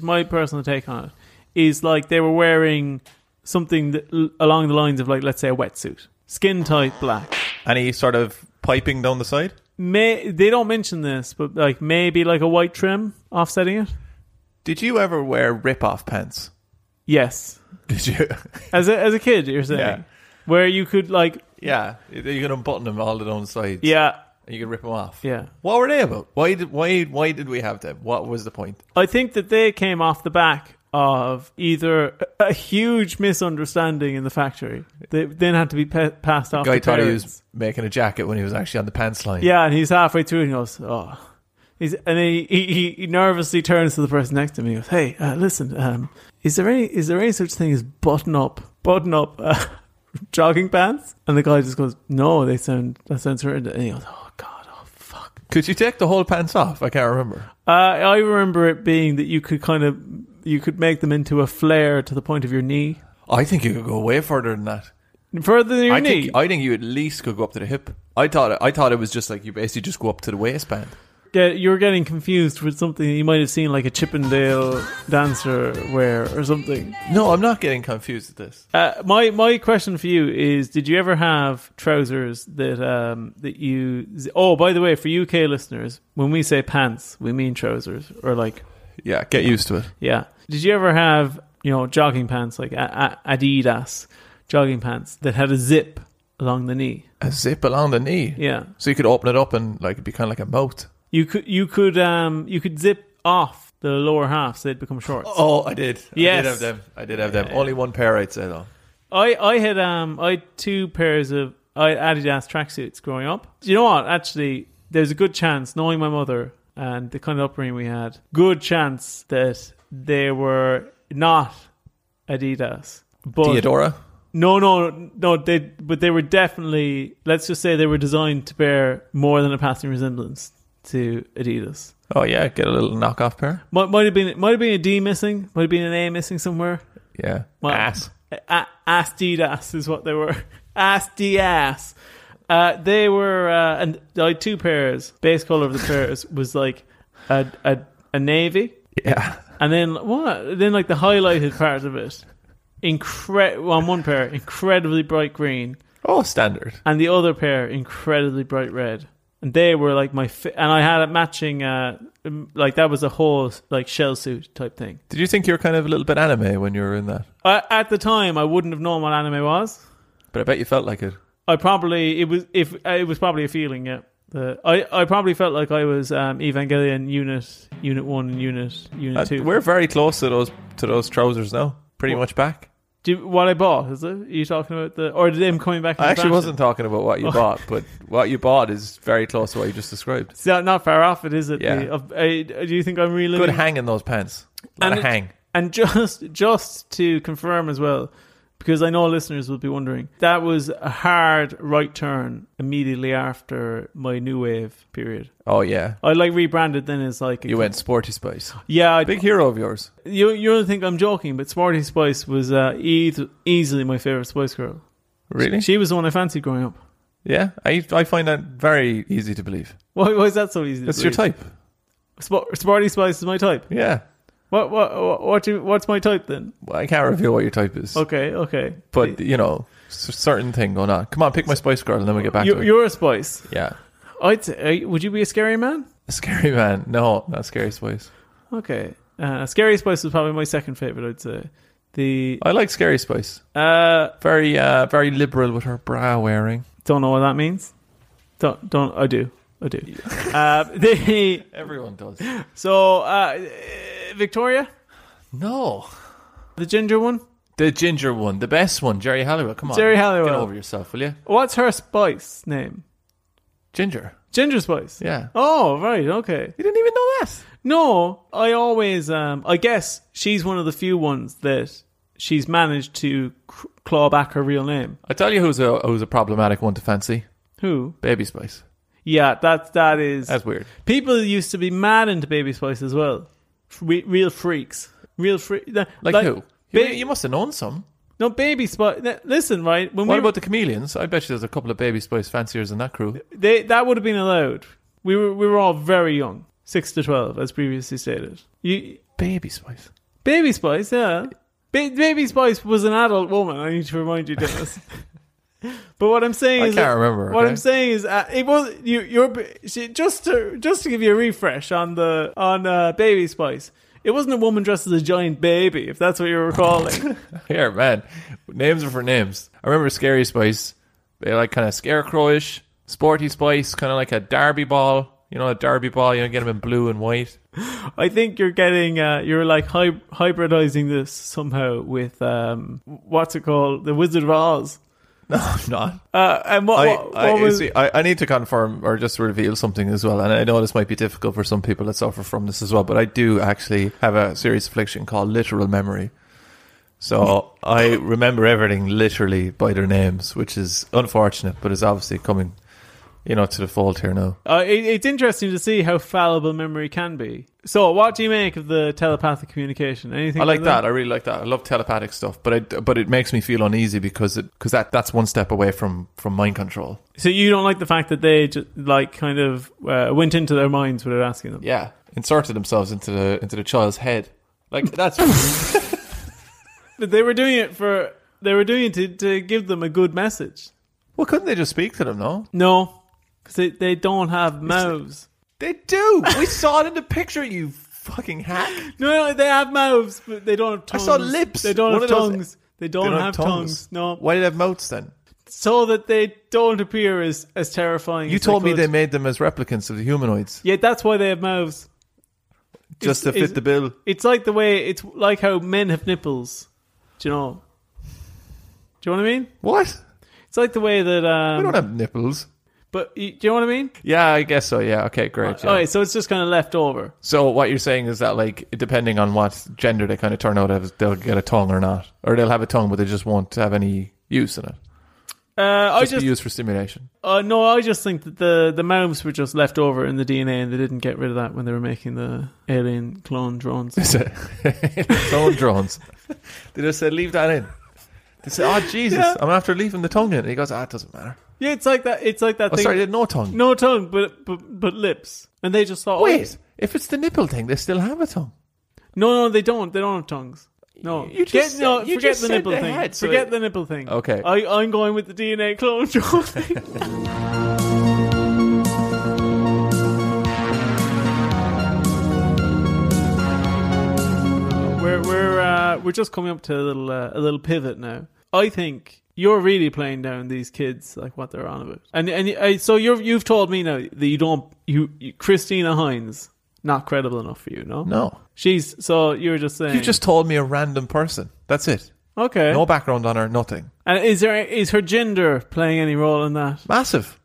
S2: my personal take on it, is like they were wearing something that, l- along the lines of like let's say a wetsuit, skin tight black.
S1: any sort of piping down the side.
S2: May they don't mention this, but like maybe like a white trim offsetting it.
S1: Did you ever wear rip-off pants?
S2: Yes.
S1: Did you?
S2: As a, as a kid, you're saying,
S1: Yeah.
S2: where you could like,
S1: yeah, you could unbutton them all down the sides.
S2: yeah,
S1: and you could rip them off.
S2: yeah.
S1: What were they about? Why did why why did we have them? What was the point?
S2: I think that they came off the back of either a a huge misunderstanding in the factory. They then had to be pe- passed off.
S1: Guy
S2: to
S1: thought he
S2: parents.
S1: was making a jacket when he was actually on the pants line.
S2: Yeah, and he's halfway through and he goes, oh. He's, and then he, he, he nervously turns to the person next to him and he goes, hey, uh, listen, um, is there any is there any such thing as button up, button up uh, jogging pants? And the guy just goes, no, they sound, that sounds horrendous. And he goes, oh, God, oh, fuck.
S1: Could you take the whole pants off? I can't remember.
S2: Uh, I remember it being that you could kind of you could make them into a flare to the point of your knee,
S1: I think you could go way further than that.
S2: further than your
S1: I
S2: knee.
S1: think I think you at least could go up to the hip. I thought I thought it was just like you basically just go up to the waistband.
S2: Yeah, you're getting confused with something you might have seen, like a Chippendale dancer wear or something.
S1: No, I'm not getting confused with this.
S2: Uh, my my question for you is: Did you ever have trousers that um that you? Oh, by the way, for UK listeners, when we say pants, we mean trousers or like
S1: Yeah, get used to it.
S2: Yeah. Did you ever have, you know, jogging pants like a- a- Adidas jogging pants that had a zip along the knee?
S1: A zip along the knee.
S2: Yeah.
S1: So you could open it up and like it'd be kinda like a moat.
S2: You could you could um you could zip off the lower half so they'd become shorts.
S1: Oh, I did. I
S2: Yes.
S1: did have them. I did have them. Only one pair I'd say though.
S2: I I had um I had two pairs of I had Adidas tracksuits growing up. Do you know what? Actually, there's a good chance, knowing my mother and the kind of upbringing we had, good chance that they were not Adidas. But
S1: Theodora?
S2: No, no, no. They, but they were definitely. Let's just say they were designed to bear more than a passing resemblance to Adidas.
S1: Oh yeah, get a little knockoff pair.
S2: Might, might have been, might have been a D missing, might have been an A missing somewhere.
S1: Yeah.
S2: Well-
S1: Ass.
S2: A- ass Didas is what they were. Ass Didas. Uh, they were, uh, and I had two pairs. Base color of the pairs was like a a, a navy,
S1: Yeah.
S2: and then what? Then like the highlighted part of it, incre- on one pair, incredibly bright green.
S1: Oh, standard.
S2: and the other pair incredibly bright red and they were like my fi- and i had a matching uh m- like that was a whole like shell suit type thing
S1: Did you think you were kind of a little bit anime when you were in that?
S2: I, Uh, at the time i wouldn't have known what anime was
S1: But I bet you felt like it.
S2: i probably it was if uh, it was probably a feeling yeah The- I, I probably felt like I was um, Evangelion unit unit one and unit unit
S1: Uh,
S2: two.
S1: we're very close to those to those trousers now. Pretty much back.
S2: Do you- what I bought is it? Are you talking about the or them coming back?
S1: I
S2: in
S1: actually
S2: fashion?
S1: wasn't talking about what you
S2: Oh.
S1: bought, but what you bought is very close to what you just described.
S2: It's not, not far off. It is it.
S1: Yeah.
S2: The, of, uh, do you think I'm really
S1: Good hang in those pants. Lot
S2: And
S1: of
S2: it-
S1: hang.
S2: And just just to confirm as well, because I know listeners will be wondering, that was a hard right turn immediately after my new wave period.
S1: Oh yeah.
S2: I like rebranded then as like a,
S1: You went sporty spice.
S2: Yeah, I,
S1: Big hero of yours.
S2: you you don't think I'm joking, but Smarty Spice was uh, eas- easily my favorite Spice Girl.
S1: Really?
S2: She was the one I fancied growing up.
S1: Yeah. I I find that very easy to believe.
S2: Why, why is that so easy? to
S1: That's your
S2: believe?
S1: type.
S2: Sp- Smarty Spice is my type.
S1: Yeah.
S2: What what what, what do, what's my type then?
S1: Well, I can't reveal what your type is,
S2: Okay, okay.
S1: but you know, s- certain thing going on. Come on, pick my Spice Girl, and then we get back
S2: you,
S1: to it.
S2: you're a Spice.
S1: Yeah.
S2: I'd say, would you be a scary man?
S1: Scary man. No, not scary spice.
S2: Okay. Uh, Scary Spice was probably my second favorite. I'd say the
S1: I like Scary Spice.
S2: uh,
S1: Very, uh, very liberal with her bra wearing.
S2: don't know what that means. Don't don't I do I do. uh, the
S1: Everyone does.
S2: so uh, Victoria,
S1: No,
S2: the ginger one.
S1: the ginger one, the best one, Jerry Halliwell. Come on,
S2: Jerry Halliwell.
S1: Get over yourself, will you?
S2: What's her spice name?
S1: Ginger.
S2: Ginger spice.
S1: Yeah.
S2: Oh right, okay.
S1: You didn't even know that.
S2: No, I always, um, I guess she's one of the few ones that she's managed to c- claw back her real name.
S1: I tell you, who's a who's a problematic one to fancy?
S2: Who?
S1: Baby Spice.
S2: Yeah, that that is.
S1: That's weird.
S2: People used to be mad into Baby Spice as well. F- re- real freaks, real freak. Like,
S1: Like, who? You,
S2: Ba-
S1: you must have known some.
S2: no, Baby Spice. th- Listen, right? When
S1: What
S2: we,
S1: about the chameleons? I bet you there's a couple of Baby Spice fanciers in that crew.
S2: they, that would have been allowed. We were we were all very young, six to twelve, as previously stated. You,
S1: Baby Spice.
S2: Baby Spice, yeah. Ba- Baby Spice was an adult woman. I need to remind you, Dennis. but what I'm saying
S1: I
S2: is,
S1: can't remember.
S2: what
S1: okay?
S2: I'm saying is, uh, it was you. You're she, just to just to give you a refresh on the on uh, Baby Spice. It wasn't a woman dressed as a giant baby, if that's what you're recalling.
S1: Here, man. Names are for names. I remember Scary Spice. They're like kind of scarecrowish, sporty spice, kind of like a derby ball. You know, a derby ball. You know, get them in blue and white.
S2: I think you're getting uh, you're like hy- hybridizing this somehow with um, what's it called, The Wizard of Oz.
S1: No, I'm not.
S2: Uh, and what,
S1: I,
S2: what,
S1: I,
S2: what was
S1: see, I, I need to confirm or just reveal something as well. And I know this might be difficult for some people that suffer from this as well, but I do actually have a serious affliction called literal memory. So I remember everything literally by their names, which is unfortunate, but is obviously coming, you know, to the fold here now.
S2: Uh, it, it's interesting to see how fallible memory can be. So, what do you make of the telepathic communication? Anything?
S1: I like
S2: from them?
S1: that. I really like that. I love telepathic stuff, but I, but it makes me feel uneasy because it because that that's one step away from from mind control.
S2: So you don't like the fact that they just like kind of uh, went into their minds without asking them.
S1: Yeah, inserted themselves into the into the child's head. Like that's
S2: But they were doing it for they were doing it to, to give them a good message.
S1: well, couldn't they just speak to them? No,
S2: No, because they, they don't have mouths.
S1: they do. We saw it in the picture. You fucking hack.
S2: No, no, they have mouths, but they don't have
S1: I
S2: tongues.
S1: saw lips.
S2: They don't
S1: One
S2: have
S1: of those-
S2: tongues. They don't, have tongues. No,
S1: Why do they have mouths then?
S2: so that they don't appear as as terrifying.
S1: You
S2: as
S1: told
S2: they
S1: me
S2: could.
S1: they made them as replicants of the humanoids
S2: Yeah, that's why they have mouths.
S1: just to
S2: Is-
S1: fit
S2: is-
S1: the bill.
S2: It's like the way it's like how men have nipples. Do you know? Do you know what I mean?
S1: What?
S2: It's like the way that. Um,
S1: We don't have nipples.
S2: But y- do you know what I mean?
S1: Yeah, I guess so. Yeah. Okay. Great. yeah.
S2: All right, so it's just kind of left over.
S1: So what you're saying is that like depending on what gender they kind of turn out as, they'll get a tongue or not, or they'll have a tongue but they just won't have any use in it.
S2: Uh, I
S1: Just,
S2: just
S1: be used for stimulation.
S2: uh, no, I just think that the the mouths were just left over in the DNA, and they didn't get rid of that when they were making the alien clone drones.
S1: Tongue drones. They just said leave that in. They said, "Oh Jesus,
S2: Yeah.
S1: I'm after leaving the tongue in." And he goes, "Ah, it doesn't matter."
S2: yeah, it's like that. It's like that
S1: Oh,
S2: thing.
S1: sorry, they had no tongue.
S2: no tongue, but, but but lips, and they just thought, oh,
S1: Wait, if it's the nipple thing, they still have a tongue.
S2: no, no, they don't. They don't have tongues. No,
S1: You just
S2: Get-
S1: said-
S2: no,
S1: you
S2: forget
S1: just
S2: the
S1: said
S2: nipple
S1: they
S2: thing.
S1: had, so
S2: forget
S1: it-
S2: the nipple thing.
S1: Okay.
S2: I, I'm going with the DNA clone drone thing. we're we're uh, we're just coming up to a little uh, a little pivot now. I think you're really playing down these kids like what they're on about. And and uh, so you've you've told me now that you don't you, you Christina Hines not credible enough for you, no?
S1: No,
S2: She's so you were just saying
S1: you just told me a random person. That's it.
S2: Okay.
S1: No background on her. Nothing.
S2: And is there is her gender playing any role in that?
S1: Massive.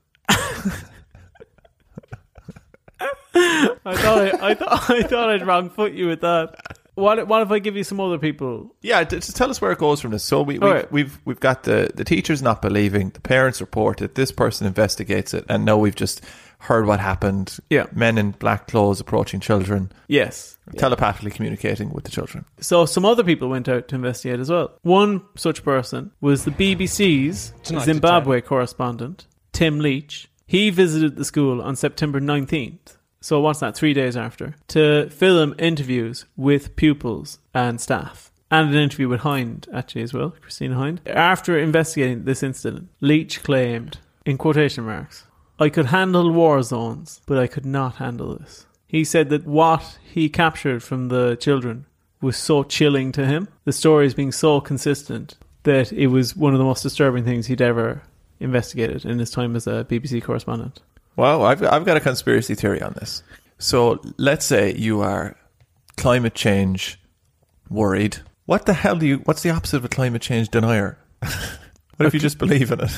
S2: I thought I, I thought I thought I'd wrong foot you with that. What what if I give you some other people?
S1: Yeah, t- just tell us where it goes from this. So we, we've,
S2: Alright.
S1: we've we've got the the teachers not believing, the parents report it, this person investigates it, and now we've just heard what happened.
S2: Yeah.
S1: men in black clothes approaching children,
S2: Yes.
S1: telepathically communicating with the children.
S2: So some other people went out to investigate as well. One such person was the BBC's
S6: Tonight at
S2: Zimbabwe correspondent, Tim Leach. He visited the school on September 19th. So what's that? 3 days after to film interviews with pupils and staff. And an interview with Hind, actually, as well, Christina Hind. After investigating this incident, Leach claimed, in quotation marks, I could handle war zones, but I could not handle this. He said that what he captured from the children was so chilling to him, the stories being so consistent, that it was one of the most disturbing things he'd ever investigated in his time as a BBC correspondent.
S1: Well, I've, I've got a conspiracy theory on this. So let's say you are climate change worried. What the hell do you, what's the opposite of a climate change denier? what if you just believe in it?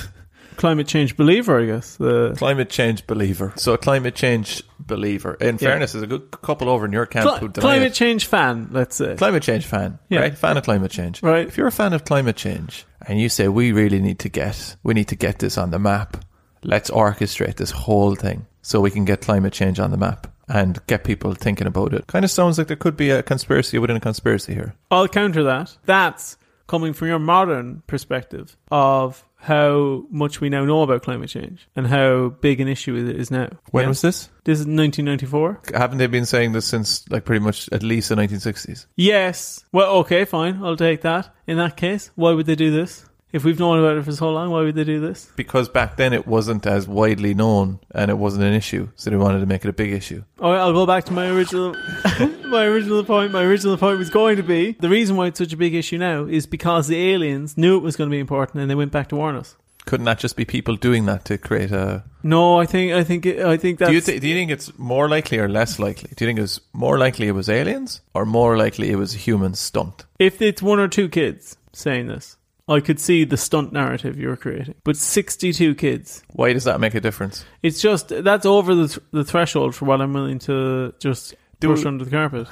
S2: Climate change believer, I guess. The
S1: Climate change believer. So a climate change believer. In fairness, there's a good couple over in your camp
S2: Cli-
S1: who deny
S2: climate
S1: it.
S2: change fan, let's say.
S1: Climate change fan,
S2: Yeah.
S1: right? Fan of climate change,
S2: Right.
S1: If you're a fan of climate change and you say we really need to get we need to get this on the map, let's orchestrate this whole thing so we can get climate change on the map and get people thinking about it. Kind of sounds like there could be a conspiracy within a conspiracy here.
S2: I'll counter that. That's coming from your modern perspective of how much we now know about climate change and how big an issue it is now.
S1: When
S2: Yeah.
S1: was this?
S2: this is 1994?
S1: Haven't they been saying this since like pretty much at least the 1960s?
S2: Yes. Well, okay, fine. I'll take that. In that case, why would they do this? If we've known about it for so long, why would they do this?
S1: Because back then it wasn't as widely known and it wasn't an issue, so they wanted to make it a big issue.
S2: All right, I'll go back to my original, my original point. My original point was going to be the reason why it's such a big issue now is because the aliens knew it was going to be important and they went back to warn us.
S1: Couldn't that just be people doing that to create a
S2: No, I think I think it- I think that's
S1: Do you, thi- do you think it's more likely or less likely? Do you think it was more likely it was aliens or more likely it was a human stunt?
S2: If it's one or two kids saying this, I could see the stunt narrative you were creating. But 62 kids.
S1: Why does that make a difference?
S2: It's just, that's over the, th- the threshold for what I'm willing to just
S1: Do
S2: push
S1: we-
S2: under the carpet.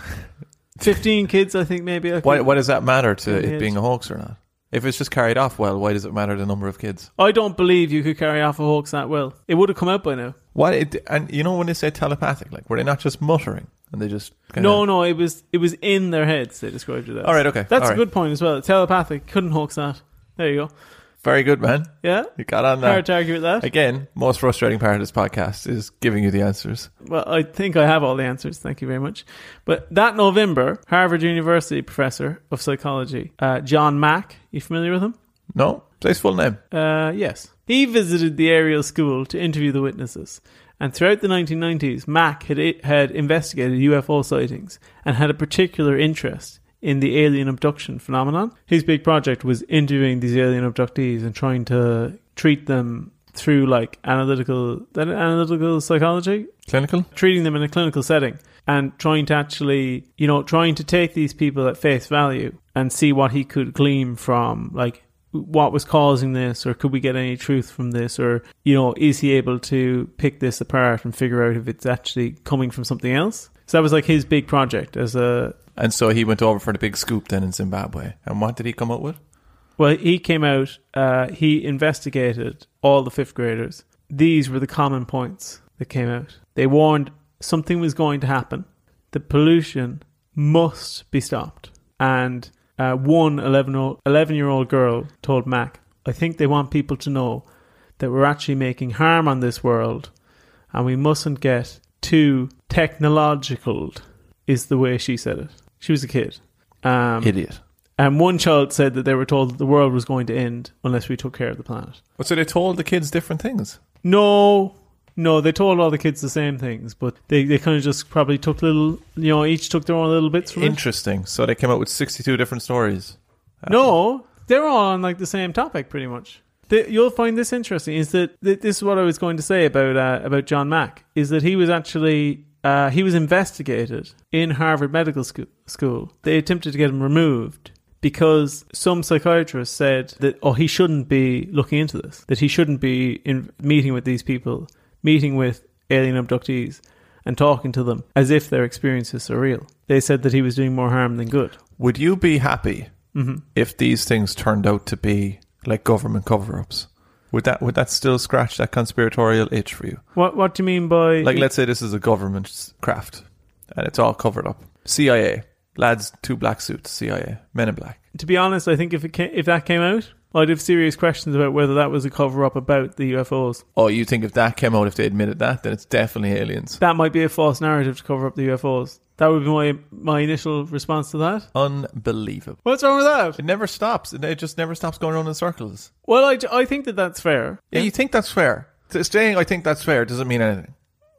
S2: 15 kids, I think maybe. I could-
S1: Why, why does that matter to
S2: Yeah,
S1: it being a hoax or not? If it's just carried off well, why does it matter the number of kids?
S2: I don't believe you could carry off a hoax that well. It would have come out by now.
S1: What it, and you know when they say telepathic, like were they not just muttering and they just kind
S2: No,
S1: of,
S2: no, it was it was in their heads. They described it as.
S1: All right, okay,
S2: That's
S1: all
S2: a
S1: right.
S2: good point as well. Telepathic couldn't hoax that. There you go.
S1: very good man,
S2: Yeah,
S1: you got on
S2: hard
S1: that.
S2: to argue with that.
S1: Again, most frustrating part of this podcast is giving you the answers.
S2: Well, I think I have all the answers. Thank you very much. But that November, Harvard University professor of psychology, uh, John Mack, you familiar with him?
S1: No, say his full name.
S2: Uh, yes. He visited the aerial school to interview the witnesses. And throughout the 1990s, Mack had, had investigated UFO sightings and had a particular interest in the alien abduction phenomenon. His big project was interviewing these alien abductees and trying to treat them through like analytical that analytical psychology
S1: Clinical.
S2: treating them in a clinical setting and trying to actually, you know, trying to take these people at face value and see what he could glean from, like, what was causing this, or could we get any truth from this, or, you know, is he able to pick this apart and figure out if it's actually coming from something else? So that was like his big project as a.
S1: And so he went over for the big scoop then in Zimbabwe. And what did he come up with?
S2: Well, he came out, uh, he investigated all the fifth graders. These were the common points that came out. They warned something was going to happen. the pollution must be stopped. And uh, one 11 year old girl told Mac, I think they want people to know that we're actually making harm on this world and we mustn't get too technological, is the way she said it. She was a kid. Um,
S1: Idiot.
S2: And one child said that they were told that the world was going to end unless we took care of the planet.
S1: Well, Oh, so they told the kids different things.
S2: No, no, they told all the kids the same things, but they, they kind of just probably took little, you know, each took their own little bits from it.
S1: Interesting. So they came up with 62 different stories.
S2: No, they're all on like the same topic, pretty much. The, you'll find this interesting. Is that th- this is what I was going to say about uh, about John Mack? Is that he was actually uh, he was investigated in Harvard Medical Scho- School. They attempted to get him removed because some psychiatrist said that oh he shouldn't be looking into this, that he shouldn't be in meeting with these people, meeting with alien abductees, and talking to them as if their experiences are real. They said that he was doing more harm than good.
S1: Would you be happy if these things turned out to be like government cover-ups? Would that would that still scratch that conspiratorial itch for you?
S2: What What do you mean by
S1: Like, let's say this is a government craft, and it's all covered up. CIA lads, two black suits. CIA men in black.
S2: to be honest, I think if it ca- if that came out, I'd have serious questions about whether that was a cover up about the UFOs.
S1: Oh, you think if that came out, if they admitted that, then it's definitely aliens.
S2: That might be a false narrative to cover up the UFOs. That would be my my initial response to that.
S1: Unbelievable.
S2: What's wrong with that?
S1: It never stops. It it just never stops going around in circles.
S2: Well, I, I think that that's fair.
S1: Yeah, you think that's fair. T- Saying I think that's fair doesn't mean anything.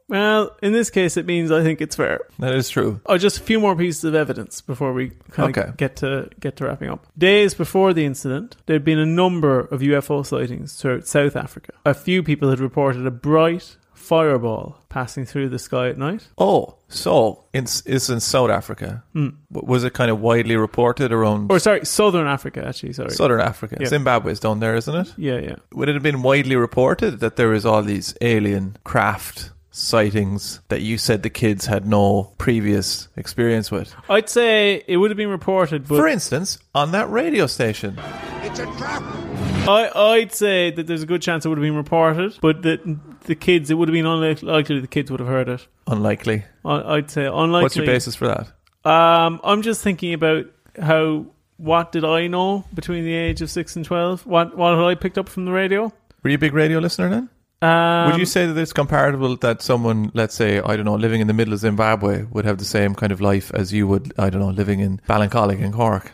S2: Well, in this case, it means I think it's fair.
S1: That is true.
S2: Oh, just a few more pieces of evidence before we kind
S1: Okay.
S2: of get to get to wrapping up. Days before the incident, there'd been a number of UFO sightings throughout South Africa. A few people had reported a bright fireball passing through the sky at night.
S1: Oh, so it's, it's in South Africa.
S2: Hmm.
S1: W- Was it kind of widely reported around
S2: Or sorry, Southern Africa actually, sorry.
S1: Southern Africa?
S2: Oh, Yeah.
S1: Zimbabwe is down there, isn't it?
S2: yeah, yeah.
S1: Would it have been widely reported that there was all these alien craft sightings that you said the kids had no previous experience with?
S2: I'd say it would have been reported, but
S1: For instance, on that radio station.
S2: I, I'd say that there's a good chance it would have been reported, but that the kids, it would have been unlikely the kids would have heard it.
S1: Unlikely.
S2: I, I'd say unlikely.
S1: What's your basis for that?
S2: Um, I'm just thinking about how what did I know between the age of six and twelve? What what had I picked up from the radio?
S1: Were you a big radio listener then?
S2: Um,
S1: would you say that it's comparable that someone, let's say, I don't know, living in the middle of Zimbabwe would have the same kind of life as you would, I don't know, living in Ballincollig in Cork?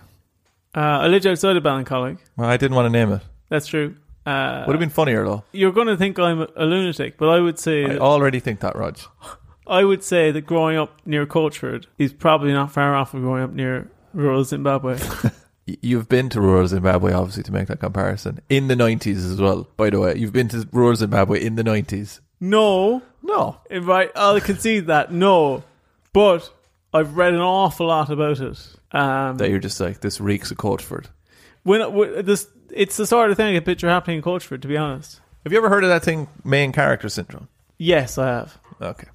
S2: Uh, I lived outside of Ballincollig.
S1: Well, I didn't want to name it.
S2: That's true. Uh,
S1: Would have been funnier though.
S2: You're going to think I'm a lunatic, but I would say
S1: I
S2: that-
S1: already think that, Rog.
S2: I would say that growing up near Coachford is probably not far off of growing up near rural Zimbabwe.
S1: Y- You've been to rural Zimbabwe, obviously, to make that comparison. In the 90s as well, by the way. You've been to rural Zimbabwe in the 90s.
S2: no,
S1: No.
S2: if I I'll concede that. No, but I've read an awful lot about it. Um,
S1: That you're just like, this reeks of Coachford.
S2: when, when this it's the sort of thing I could picture happening in Coachford, to be honest.
S1: Have you ever heard of that thing, main character syndrome?
S2: Yes, I have.
S1: Okay.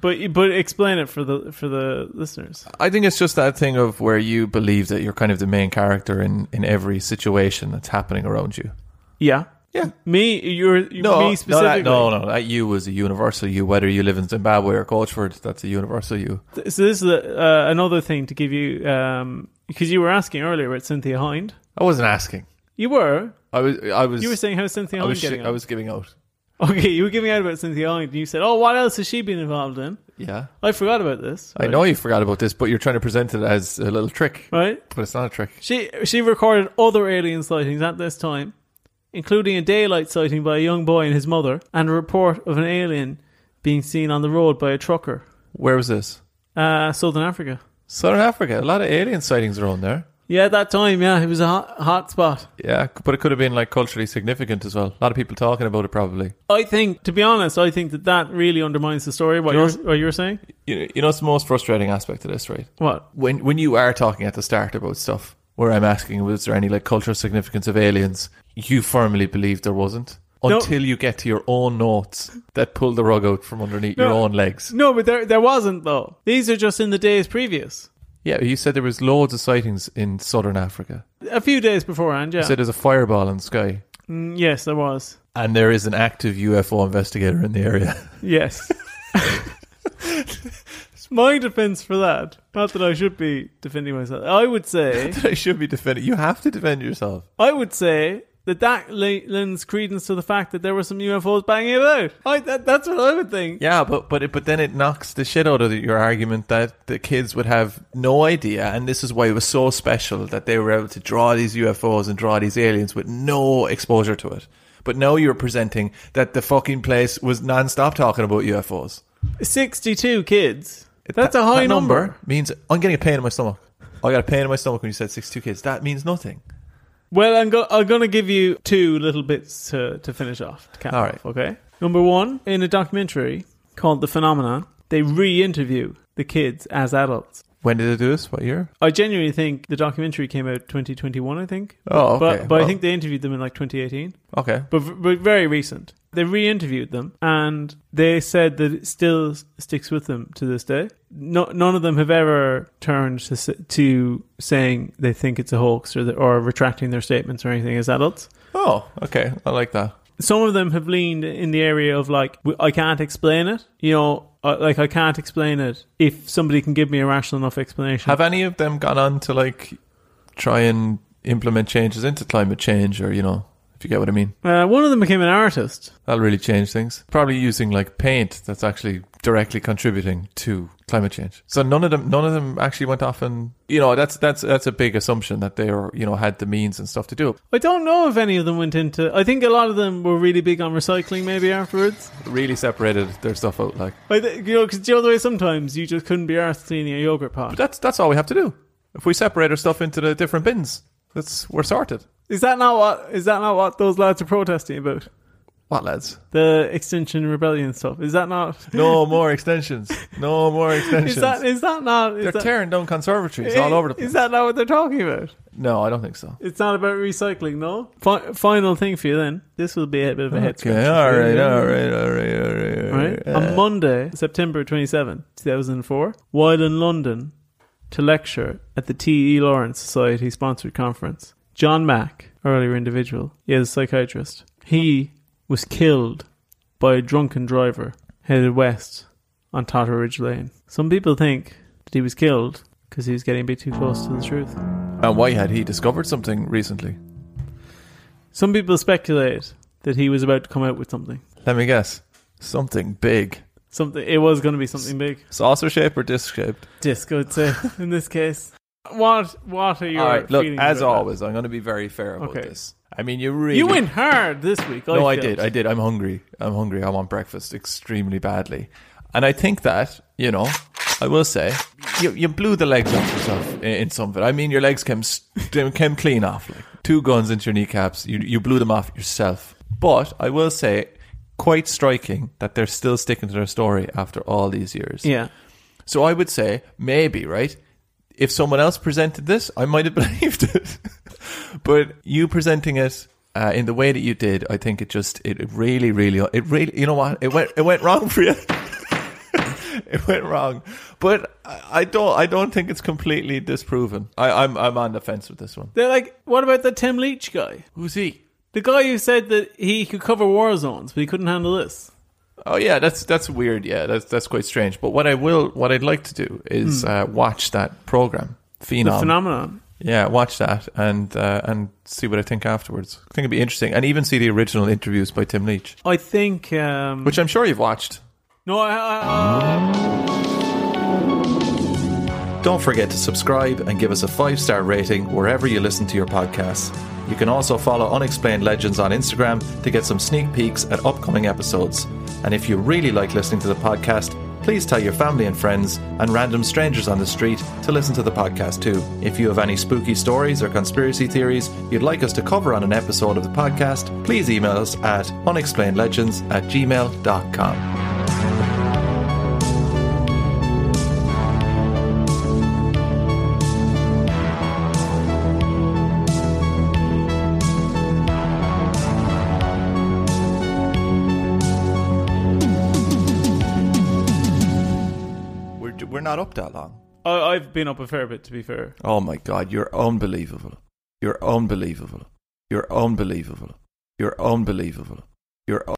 S2: But but explain it for the for the listeners.
S1: I think it's just that thing of where you believe that you're kind of the main character in, in every situation that's happening around you.
S2: Yeah.
S1: Yeah.
S2: Me, you're
S1: No,
S2: me
S1: no,
S2: specifically.
S1: that, no, no. That you is a universal you. Whether you live in Zimbabwe or Coachford, that's a universal you.
S2: Th- So this is a, uh, another thing to give you um because you were asking earlier about Cynthia Hind.
S1: I wasn't asking.
S2: You were.
S1: I was. I was.
S2: You were saying how
S1: I
S2: Cynthia Hind
S1: was.
S2: getting
S1: Sh-
S2: on.
S1: I was giving out.
S2: Okay, you were giving out about Cynthia Hind, and you said, "Oh, what else has she been involved in?"
S1: Yeah.
S2: I forgot about this.
S1: I know you forgot about this, but you're trying to present it as a little trick,
S2: Right?
S1: but it's not a trick.
S2: She she recorded other alien sightings at this time, including a daylight sighting by a young boy and his mother, and a report of an alien being seen on the road by a trucker.
S1: Where was this?
S2: Uh, Southern Africa.
S1: Southern Africa. A lot of alien sightings around there.
S2: Yeah, at that time, yeah, it was a hot, hot spot.
S1: Yeah, but it could have been like culturally significant as well. A lot of people talking about it probably.
S2: I think, to be honest, I think that that really undermines the story. What you're, what you were saying?
S1: You know, you know, it's the most frustrating aspect of this, right?
S2: What?
S1: when when you are talking at the start about stuff where I'm asking was there any like cultural significance of aliens, you firmly believe there wasn't.
S2: No.
S1: Until you get to your own notes that pull the rug out from underneath your
S2: No.
S1: own legs.
S2: No, but there there wasn't though. These are just in the days previous,
S1: Yeah, you said there was loads of sightings in southern Africa.
S2: a few days beforehand. Yeah.
S1: You said there's a fireball in the sky.
S2: Mm, yes, there was.
S1: And there is an active UFO investigator in the area.
S2: Yes. It's My defense for that, not that I should be defending myself. I would say,
S1: I should be defending. You have to defend yourself.
S2: I would say that that le- lends credence to the fact that there were some UFOs banging about. I, that, that's what I would think.
S1: Yeah, but but it, but then it knocks the shit out of your argument that the kids would have no idea, and this is why it was so special that they were able to draw these UFOs and draw these aliens with no exposure to it. But now you're presenting that the fucking place was non-stop talking about UFOs.
S2: 62 kids. That's a high
S1: That
S2: number.
S1: Means I'm getting a pain in my stomach. I got a pain in my stomach when you said sixty-two kids. That means nothing.
S2: Well, I'm, go- I'm going to give you two little bits to, to finish off. To cap
S1: All
S2: off,
S1: right.
S2: Okay. Number one, in a documentary called The Phenomenon, they re interview the kids as adults.
S1: When did they do this? What year?
S2: I genuinely think the documentary came out 2021, I think.
S1: Oh, okay.
S2: But, but I
S1: Well,
S2: think they interviewed them in like 2018,
S1: okay.
S2: but, v- but very recent. They re interviewed them and they said that it still s- sticks with them to this day. No, none of them have ever turned to, s- to saying they think it's a hoax or, that, or retracting their statements or anything as adults.
S1: Oh, okay. I like that.
S2: Some of them have leaned in the area of like, w- I can't explain it. You know, uh, like, I can't explain it if somebody can give me a rational enough explanation.
S1: Have any of them gone on to like try and implement changes into climate change or, you know, If you get what I mean.
S2: Uh, one of them became an artist.
S1: That'll really change things. Probably using like paint that's actually directly contributing to climate change. So none of them, none of them actually went off and you know that's that's that's a big assumption that they are you know had the means and stuff to do it.
S2: I don't know if any of them went into. I think a lot of them were really big on recycling. Maybe afterwards,
S1: Really separated their stuff out. Like
S2: I th- you know, because the other way sometimes you just couldn't be arsed cleaning a yogurt
S1: but
S2: pot.
S1: that's that's all we have to do. If we separate our stuff into the different bins, that's we're sorted.
S2: Is that not what? Is that not what those lads are protesting about?
S1: What lads?
S2: The Extinction Rebellion stuff. Is that not?
S1: No more extensions. No more extensions.
S2: Is that? Is that not? Is
S1: They're
S2: that,
S1: tearing down conservatories all over the place.
S2: Is that not what they're talking about?
S1: no, I don't think so.
S2: It's not about recycling, no. Fi- final thing for you then. This will be a bit of a head
S1: Okay,
S2: scratcher
S1: all
S2: for
S1: right,
S2: you.
S1: all right, all right, all right, all
S2: Right?
S1: right. Uh,
S2: On Monday, September 27, 2004, while in London to lecture at the T.E. Lawrence Society sponsored conference, John Mack, earlier individual, he is a psychiatrist, he was killed by a drunken driver headed west on Totter Ridge Lane. Some people think that he was killed because he was getting a bit too close to the truth.
S1: And why had he discovered something recently?
S2: Some people speculate that he was about to come out with something.
S1: Let me guess. Something big.
S2: Something it was going to be something big.
S1: Saucer shaped or disc shaped?
S2: Disc, I'd say. in this case, what what are your
S1: All right, look,
S2: feelings
S1: as
S2: about that?
S1: always, I'm going to be very fair about
S2: Okay.
S1: this. I mean, you really.
S2: You went hard this week.
S1: No, I
S2: felt.
S1: did. I did. I'm hungry. I'm hungry. I want breakfast extremely badly. And I think that, you know, I will say, you, you blew the legs off yourself in, in some of it. I mean, your legs came, st- came clean off. Like two guns into your kneecaps. You, you blew them off yourself. But I will say, quite striking that they're still sticking to their story after all these years.
S2: Yeah,
S1: So I would say maybe, right? If someone else presented this, I might have believed it. but you presenting it uh, in the way that you did, I think it just it it really, really, it really, you know what? It went it went wrong for you. it went wrong, but I I don't I don't think it's completely disproven. I, I'm I'm on the fence with this one.
S2: they're like, what about the Tim Leach guy?
S1: Who's he?
S2: The guy who said that he could cover war zones, but he couldn't handle this.
S1: Oh yeah, that's that's weird. Yeah, that's that's quite strange. But what I will, what I'd like to do is uh, watch that program,
S2: The
S1: Phenom.
S2: phenomenon.
S1: Yeah, watch that and uh, and see what I think afterwards. I think it'd be interesting, and even see the original interviews by Tim Leach,
S2: I think. Um,
S1: which I'm sure you've watched.
S2: no, I, I, I,
S6: Don't forget to subscribe and give us a five star rating wherever you listen to your podcasts. You can also follow Unexplained Legends on Instagram to get some sneak peeks at upcoming episodes. And if you really like listening to the podcast, please tell your family and friends and random strangers on the street to listen to the podcast too. If you have any spooky stories or conspiracy theories you'd like us to cover on an episode of the podcast, please email us at unexplainedlegends at gmail.com.
S1: We're we're not up that long.
S2: I, I've been up a fair bit, to be fair.
S1: Oh my god, you're unbelievable. You're unbelievable. You're unbelievable. You're unbelievable. You're